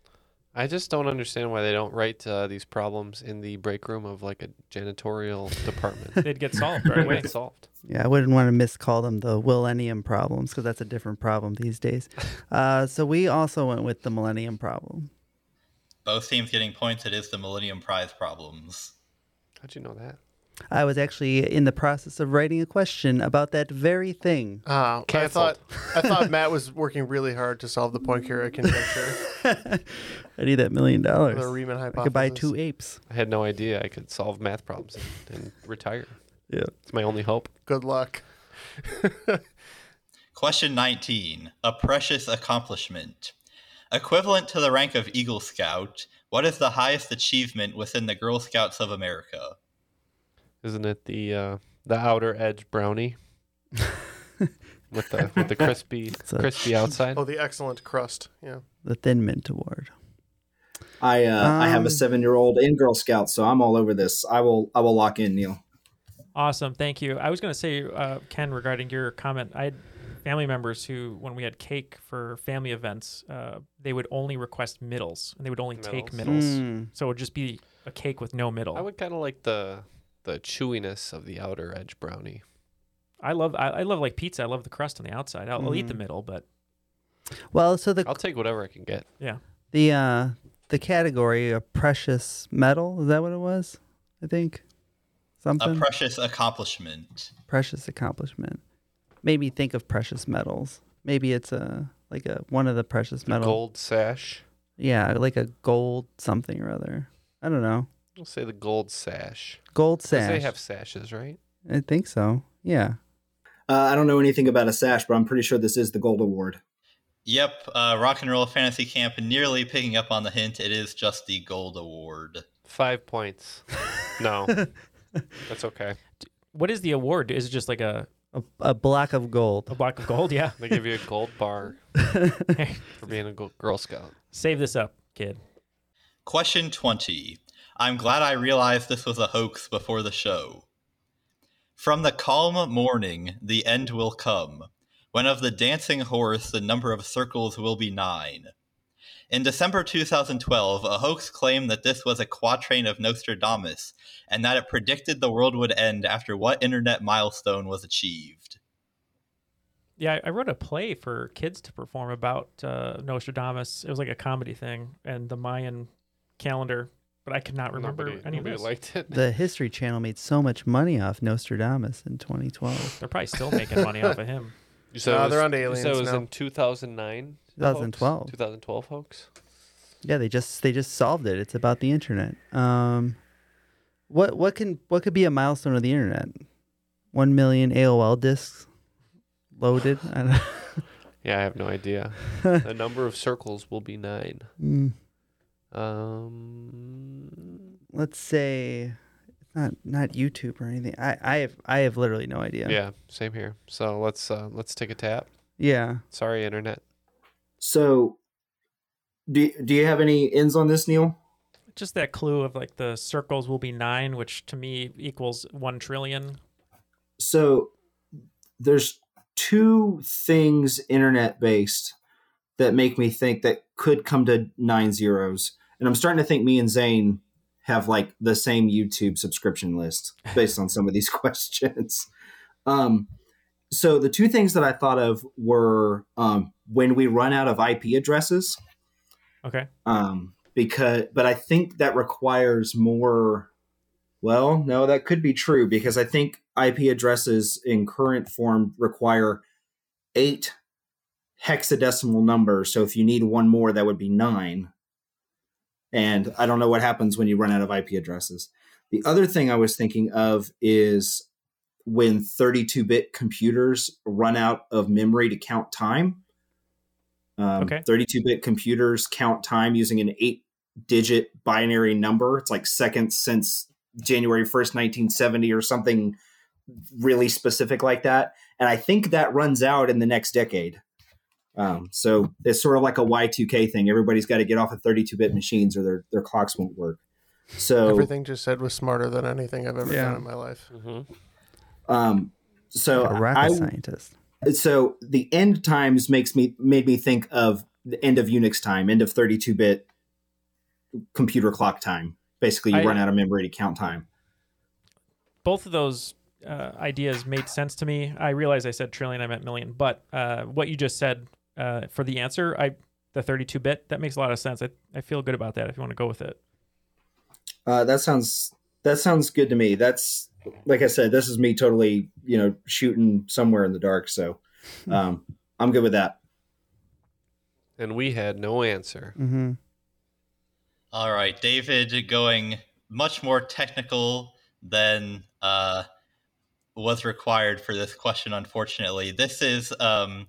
I just don't understand why they don't write uh, these problems in the break room of like a janitorial department.
They'd get solved right away.
Get solved.
Yeah, I wouldn't want to miscall them the millennium problems because that's a different problem these days. Uh, so we also went with the millennium problem.
Both teams getting points. It is the Millennium Prize problems.
How'd you know that?
I was actually in the process of writing a question about that very thing.
Ah,
Oh, I thought I thought Matt was working really hard to solve the Poincare conjecture.
I need that million dollars.
The Riemann
I could buy
hypothesis.
two apes.
I had no idea I could solve math problems and, and retire.
Yeah.
It's my only hope.
Good luck.
Question 19 A precious accomplishment. Equivalent to the rank of Eagle Scout, what is the highest achievement within the Girl Scouts of America?
Isn't it the uh, the outer edge brownie? with the with the crispy
a-
crispy outside.
Oh, the excellent crust. Yeah.
The Thin Mint Award.
I uh, I have
Um,
a seven year old in Girl Scouts, so I'm all over this. I will I will lock in Neil.
Awesome, thank you. I was going to say, uh, Ken, regarding your comment, I had family members who, when we had cake for family events, uh, they would only request middles, and they would only take
Middles.
middles.
Hmm.
Mm.
So it would just be a cake with no middle.
I would kind of like the the chewiness of the outer edge brownie.
I love, I, I love like pizza. I love the crust on the outside. I'll, I'll eat the middle, but
Well, Hmm. Oh, so the
I'll take whatever I can get.
yeah,
the uh, the category of precious metal is that what it was? I think
A
something
precious accomplishment.
precious accomplishment. Made me think of precious metals. Maybe it's a like a one of the precious
The
metal.
gold sash.
Yeah, like a gold something or other. I don't know.
We'll say the gold sash.
Gold
'Cause
sash.
They have sashes, right?
I think so. Yeah.
Uh, I don't know anything about a sash, but I'm pretty sure this is the gold award.
Yep, uh, Rock and Roll Fantasy Camp nearly picking up on the hint. It is just the Gold Award.
Five points. No, that's okay.
what is the award? Is it just like a,
A, a block of gold.
a block of gold? Yeah.
They give you a gold bar for being a go- Girl Scout.
Save this up, kid.
Question 20. I'm glad I realized this was a hoax before the show. From the calm morning, the end will come, when of the dancing horse the number of circles will be nine. In December 2012, a hoax claimed that this was a quatrain of Nostradamus and that it predicted the world would end after what internet milestone was achieved.
Yeah, I I wrote a play for kids to perform about uh, Nostradamus. It was like a comedy thing and the Mayan calendar, but I could not remember
Nobody,
any
nobody
of this.
liked it.
The History Channel made so much money off Nostradamus in 2012.
They're probably still making money off of him.
You it
Nah,
was-
they're onto
you said
aliens
it was
now.
in 2009. hoax?
2012.
2012 hoax.
Yeah, they just they just solved it. It's about the internet. Um, what what can what could be a milestone of the internet? One million AOL discs loaded. I don't
Yeah, I have no idea. the number of circles will be nine.
Mm,
Um,
Let's say it's not not YouTube or anything. I I have I have literally no idea.
yeah. same here. So let's uh, let's take a tap.
Yeah.
Sorry, internet.
So, do do you have any ends on this, Neil?
Just that clue of like the circles will be nine, which to me equals one trillion.
So, there's two things internet based that make me think that could come to nine zeros, and I'm starting to think me and Zane have like the same YouTube subscription list based on some of these questions. Um, so the two things that I thought of were um, when we run out of IP addresses.
Okay.
um, because but I think that requires more. Well, no, that could be true because I think IP addresses in current form require eight hexadecimal numbers. So if you need one more, that would be nine. And I don't know what happens when you run out of IP addresses. The other thing I was thinking of is when 32 bit computers run out of memory to count time. Um,
Okay.
32-bit computers count time using an eight-digit binary number. It's like seconds since January 1st, 1970 or something really specific like that. And I think that runs out in the next decade. Um, so it's sort of like a Y2K thing. Everybody's got to get off of 32-bit machines or their, their clocks won't work. So
Everything just said was smarter than anything I've ever
Yeah.
done in my life.
Mm-hmm.
um, so
A rocket
I,
scientist.
so the end times makes me made me think of the end of Unix time, end of 32 bit computer clock time. Basically, you
I-
run out of memory to count time.
both of those uh, ideas made sense to me. I realize I said trillion, I meant million, but uh, what you just said uh, for the answer, I the 32 bit, that makes a lot of sense. I, I feel good about that if you want to go with it.
Uh, that sounds that sounds good to me. That's like I said, this is me totally you know shooting somewhere in the dark. So
Hmm.
um, I'm good with that.
And we had no answer.
Mm-hmm.
All right, David going much more technical than uh, was required for this question, unfortunately. This is um,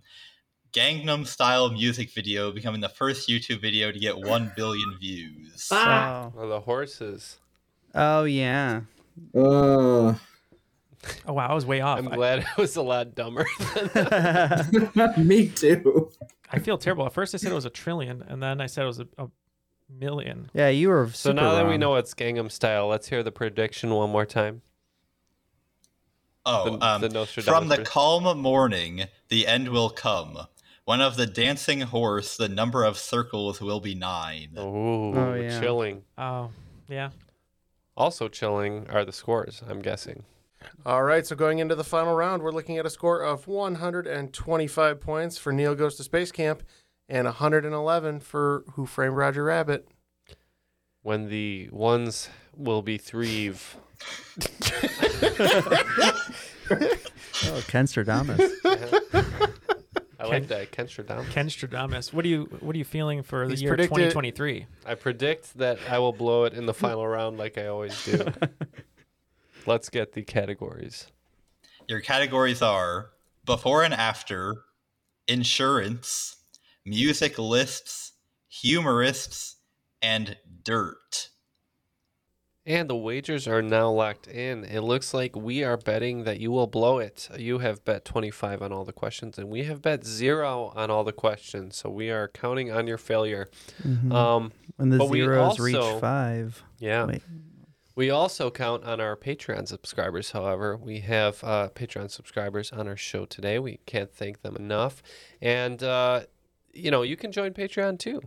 Gangnam Style music video becoming the first YouTube video to get 1 billion views.
Ah.
Well, the horses.
Oh yeah.
Uh.
Oh wow, I was way off.
I'm glad it was a lot dumber than
Me too.
I feel terrible. At first, I said it was a trillion, and then I said it was a, a million.
Yeah, you were.
So now that we know it's Gangnam Style, let's hear the prediction one more time.
Oh,
The-
um,
the Nostradamus
from the
verse.
calm morning, the end will come. When of the dancing horse, the number of circles will be nine.
Oh,
Oh, yeah.
chilling.
Oh, yeah.
Also chilling are the scores, I'm guessing.
All right, so going into the final round, we're looking at a score of 125 points for Neil Goes to Space Camp and 111 for Who Framed Roger Rabbit.
When the ones will be threeve.
Oh, Ken Stradamus.
Uh-huh. I like that. Kenstradamus.
Ken Stradamus, what are you what are you feeling for the
He's
year
predicted-
2023?
I predict that I will blow it in the final round like I always do. Let's get the categories.
Your categories are before and after, insurance, music lists, humorists, and dirt.
And the wagers are now locked in. It looks like we are betting that you will blow it. You have bet 25 on all the questions, and we have bet zero on all the questions. So we are counting on your failure.
Mhm.
Um,
when the
but we
zeros reach
also-
five.
Yeah.
Wait.
We also count on our Patreon subscribers, however. We have uh, Patreon subscribers on our show today. We can't thank them enough. And, uh, you know, you can join Patreon too.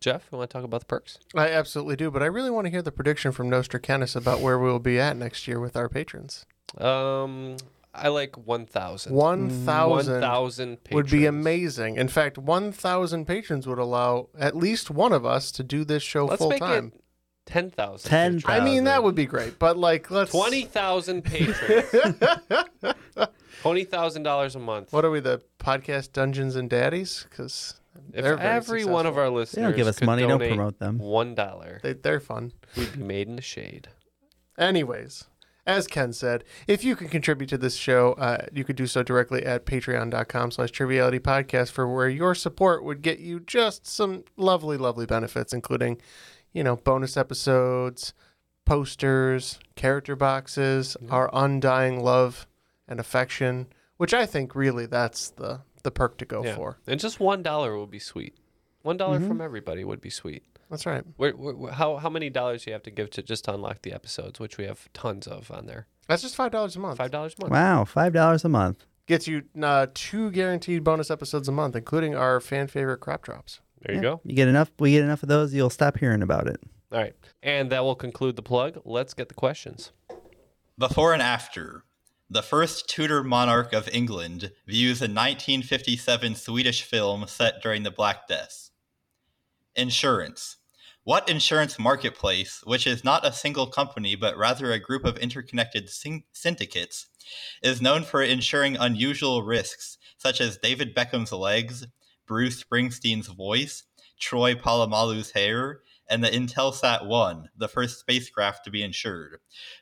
Jeff, you want to talk about the perks?
I absolutely do, but I really want to hear the prediction from Nostracanis about where we will be at next year with our patrons.
Um, I like 1,000.
1,000
1,000
would be
patrons.
amazing. In fact, 1,000 patrons would allow at least one of us to do this show
Let's
full
make
time.
it 10,000.
I mean, that would be great, but like, let's.
20,000 patrons. $20,000 a month.
What are we, the podcast Dungeons and Daddies? Because
If every one of our listeners
don't give us
could
money, don't
donate
promote them.
$1,
they, they're fun.
we'd be made in the shade.
Anyways, as Ken said, if you can contribute to this show, uh, you could do so directly at patreon.com slash triviality podcast for where your support would get you just some lovely, lovely benefits, including, you know, bonus episodes, posters, character boxes, our undying love and affection, which I think really that's the, the perk to go
Yeah.
for.
And just one dollar would be sweet. One dollar
Mm-hmm.
from everybody would be sweet.
That's right.
Where, where, where- how how many dollars do you have to give to just unlock the episodes, which we have tons of on there?
That's just $5 a month.
Five dollars a month.
Wow, five dollars a month.
Gets you uh, two guaranteed bonus episodes a month, including our fan favorite crop drops.
There you go.
You get enough. We get enough of those. You'll stop hearing about it.
All right, and that will conclude the plug. Let's get the questions.
Before and after, the first Tudor monarch of England views a 1957 Swedish film set during the Black Death. Insurance. What insurance marketplace, which is not a single company but rather a group of interconnected syn- syndicates, is known for insuring unusual risks such as David Beckham's legs, Bruce Springsteen's voice, Troy Polamalu's hair, and the Intelsat 1, the first spacecraft to be insured?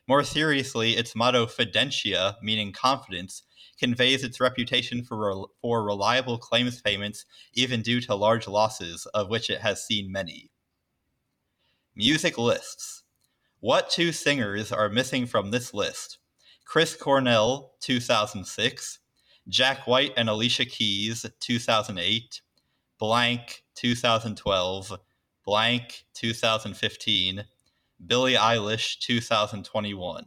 More seriously, its motto "Fidentia," meaning confidence, conveys its reputation for rel- for reliable claims payments, even due to large losses, of which it has seen many. Music lists. What two singers are missing from this list? Chris Cornell, 2006, Jack White and Alicia Keys, 2008, blank 2012, blank 2015, Billie Eilish 2021.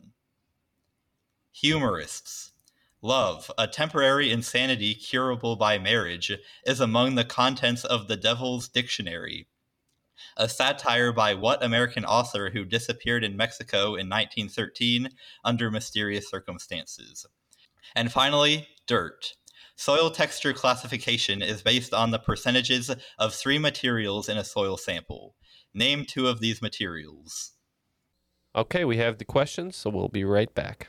Humorists. Love, a temporary insanity curable by marriage, is among the contents of the Devil's Dictionary, a satire by what American author who disappeared in Mexico in 1913 under mysterious circumstances? And finally, dirt. Soil texture classification is based on the percentages of three materials in a soil sample. Name two of these materials.
Okay, we have the questions, so we'll be right back.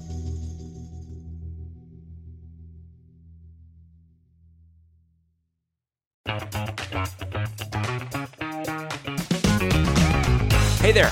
Hey there,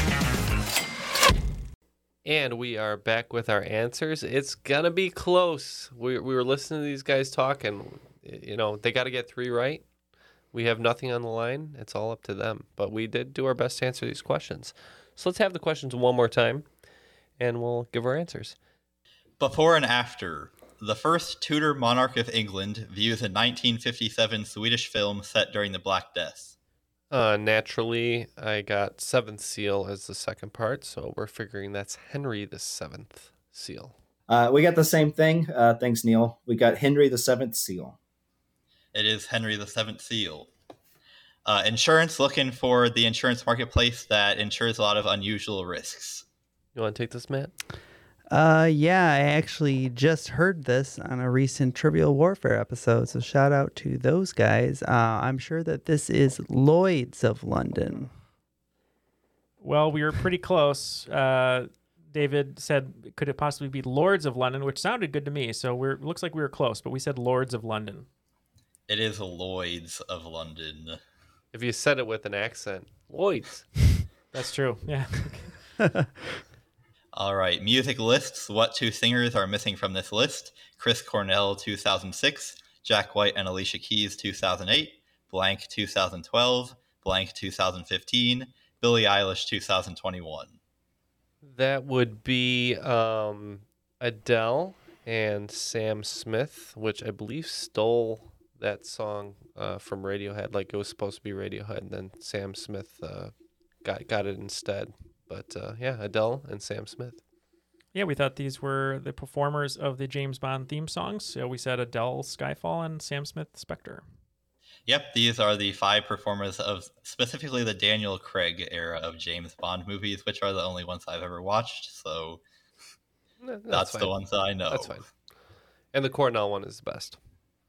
And we are back with our answers. It's gonna be close. We we were listening to these guys talk, and you know they got to get three right. We have nothing on the line. It's all up to them. But we did do our best to answer these questions. So let's have the questions one more time, and we'll give our answers.
Before and after, the first Tudor monarch of England views a 1957 Swedish film set during the Black Death.
Uh, naturally, I got Seventh Seal as the second part, so we're figuring that's Henry the Seventh Seal.
Uh, we got the same thing. Uh, thanks, Neil. We got Henry the Seventh Seal.
It is Henry the Seventh Seal. Uh, insurance looking for the insurance marketplace that insures a lot of unusual risks.
You want to take this, Matt?
Uh, yeah, I actually just heard this on a recent Trivial Warfare episode, so shout out to those guys. Uh, I'm sure that this is Lloyd's of London.
Well, we were pretty close. Uh, David said, "Could it possibly be Lords of London?" Which sounded good to me. So we're looks like we were close, but we said Lords of London.
It is Lloyd's of London.
If you said it with an accent, Lloyd's.
That's true. Yeah.
All right, music lists. What two singers are missing from this list? Chris Cornell, 2006, Jack White and Alicia Keys, 2008, blank 2012, blank 2015, Billie Eilish, 2021.
That would be um, Adele and Sam Smith, which I believe stole that song uh, from Radiohead. Like it was supposed to be Radiohead, and then Sam Smith uh, got got it instead. But uh, yeah, Adele and Sam Smith.
Yeah, we thought these were the performers of the James Bond theme songs. So we said Adele, Skyfall, and Sam Smith, Spectre.
Yep, these are the five performers of specifically the Daniel Craig era of James Bond movies, which are the only ones I've ever watched. So
That's,
That's the
fine.
ones that I know.
That's fine. And the Cornell one is the best.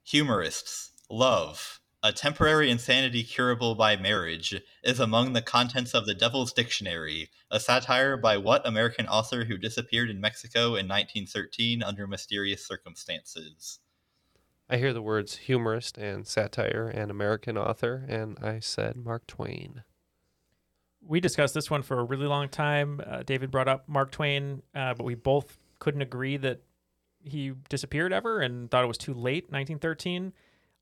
Humorists, love, a temporary insanity curable by marriage, is among the contents of the Devil's Dictionary, a satire by what American author who disappeared in Mexico in 1913 under mysterious circumstances?
I hear the words humorist and satire and American author, and I said Mark Twain.
We discussed this one for a really long time. Uh, David brought up Mark Twain, uh, but we both couldn't agree that he disappeared ever and thought it was too late, 1913.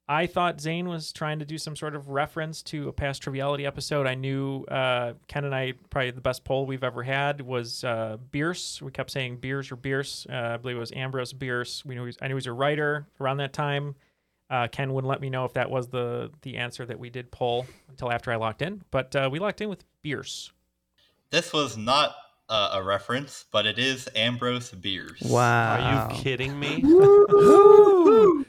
I thought Zane was trying to do some sort of reference to a past triviality episode. I knew uh, Ken and I, probably the best poll we've ever had was uh, Bierce. We kept saying Bierce or Bierce. Uh, I believe it was Ambrose Bierce. We knew he was, I knew he was a writer around that time. Uh, Ken wouldn't let me know if that was the, the answer that we did poll until after I locked in, but uh, we locked in with Bierce.
This was not uh, a reference, but it is Ambrose Bierce.
Wow. Are you
kidding me?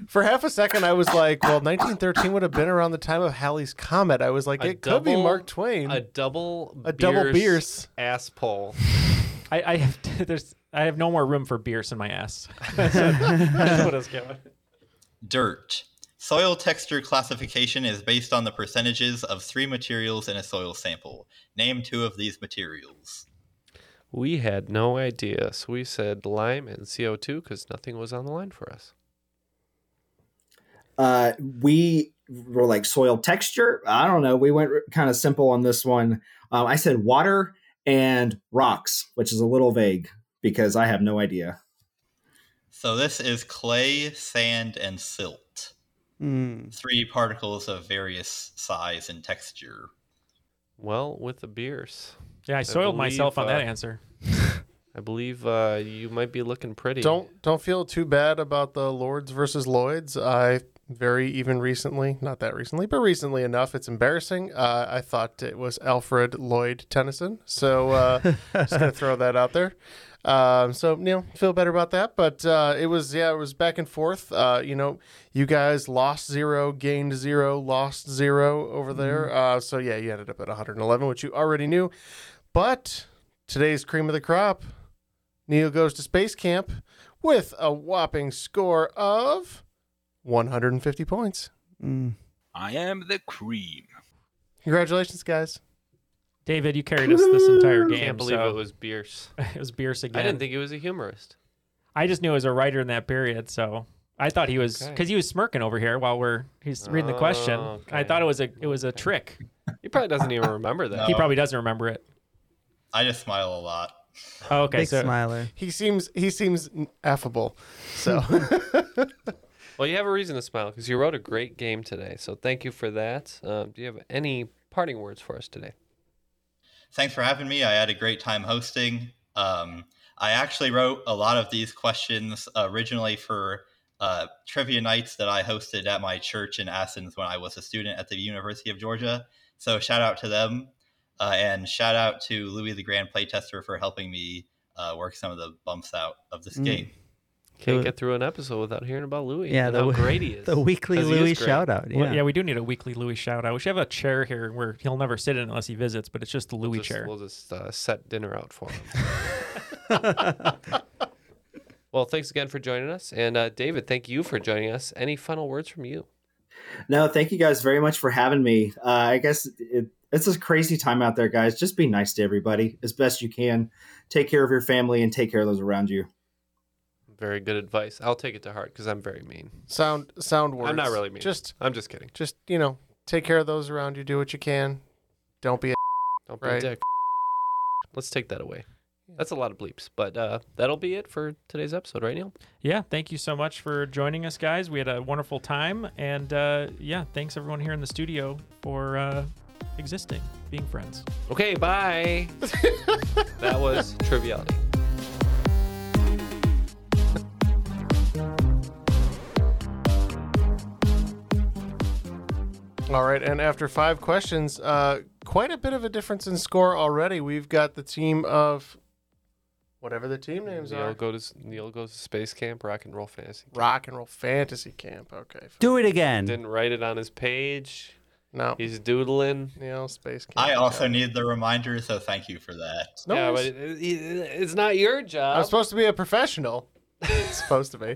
For half a second, I was like, well, 1913 would have been around the time of Halley's Comet. I was like,
A
it could be
double-
Mark Twain.
A double,
A double
Bierce ass pull.
I, I have there's I have no more room for beers in my ass. That's what- that's what I was given.
Dirt. Soil texture classification is based on the percentages of three materials in a soil sample. Name two of these materials.
We had no idea, so we said lime and CO2 because nothing was on the line for us.
Uh, we were like soil texture. I don't know. We went kind of simple on this one. Um, I said water and rocks, which is a little vague because I have no idea.
So this is clay, sand, and silt. Three particles of various size and texture.
Well, with the beers. uh,
Yeah, I soiled myself on that answer.
I believe uh, you might be looking pretty.
Don't don't feel too bad about the Lords versus Lloyds. I very even recently, not that recently, but recently enough, it's embarrassing. Uh, I thought it was Alfred Lloyd Tennyson, so uh, just gonna throw that out there. Um, so Neil, feel better about that, but uh, it was yeah, it was back and forth. Uh, you know, you guys lost zero, gained zero, lost zero over there. Uh, so yeah, you ended up at 111, which you already knew. But today's cream of the crop Neil goes to space camp with a whopping score of 150 points. Mm.
I am the cream.
Congratulations, guys.
David, you carried us this entire game.
Can't believe
so-
it was Bierce.
it was Bierce again.
I didn't think he was a humorist.
I just knew he was a writer in that period, so I thought he was because
Okay.
he was smirking over here while we're he's reading the question.
Oh,
I thought it was a it was a trick.
He probably doesn't even remember that.
He probably doesn't remember it.
I just smile a lot.
Oh, okay,
Big
so
smiler. He seems he seems affable. So
Well, you have a reason to smile because you wrote a great game today. So thank you for that. Um, do you have any parting words for us today?
Thanks for having me. I had a great time hosting. Um, I actually wrote a lot of these questions originally for uh, trivia nights that I hosted at my church in Athens when I was a student at the University of Georgia. So shout out to them, uh, and shout out to Louis the Grand Playtester for helping me uh, work some of the bumps out of this
Mm.
game.
Can't get through an episode without hearing about Louis.
Yeah,
and
the
how
w-
great he is.
the weekly
'Cause he is
Louis
great.
shout-out,
Well,
yeah.
yeah, we do need a weekly Louis shout out. We should have a chair here where he'll never sit in unless he visits, but it's just the Louis
Just-
chair.
We'll just uh, set dinner out for him. well, thanks again for joining us, and uh, David, thank you for joining us. Any final words from you?
No, thank you guys very much for having me. Uh, I guess it, it's a crazy time out there, guys. Just be nice to everybody as best you can. Take care of your family and take care of those around you.
Very good advice. I'll take it to heart because I'm very mean.
sound sound words.
I'm not really mean.
Just
I'm just kidding.
just you know, take care of those around you. Do what you can. Don't be a
Don't be a
Right.
dick. Let's take that away. That's a lot of bleeps, but uh, that'll be it for today's episode, right, Neil?
Yeah, thank you so much for joining us, guys. We had a wonderful time, and uh, yeah, thanks everyone here in the studio for uh, existing, being friends.
Okay, bye. that was triviality.
All right, and after five questions, uh, quite a bit of a difference in score already. We've got the team of whatever the team names
Neil
are.
go to Neil goes to space camp, rock and roll fantasy.
Rock and Roll Fantasy Camp. Okay.
Do it again.
Didn't write it on his page.
No.
He's doodling.
Neil Space Camp.
I also need the reminder, so thank you for that.
No
yeah,
worries.
but it, it- it's not your job.
I'm supposed to be a professional. it's supposed to be.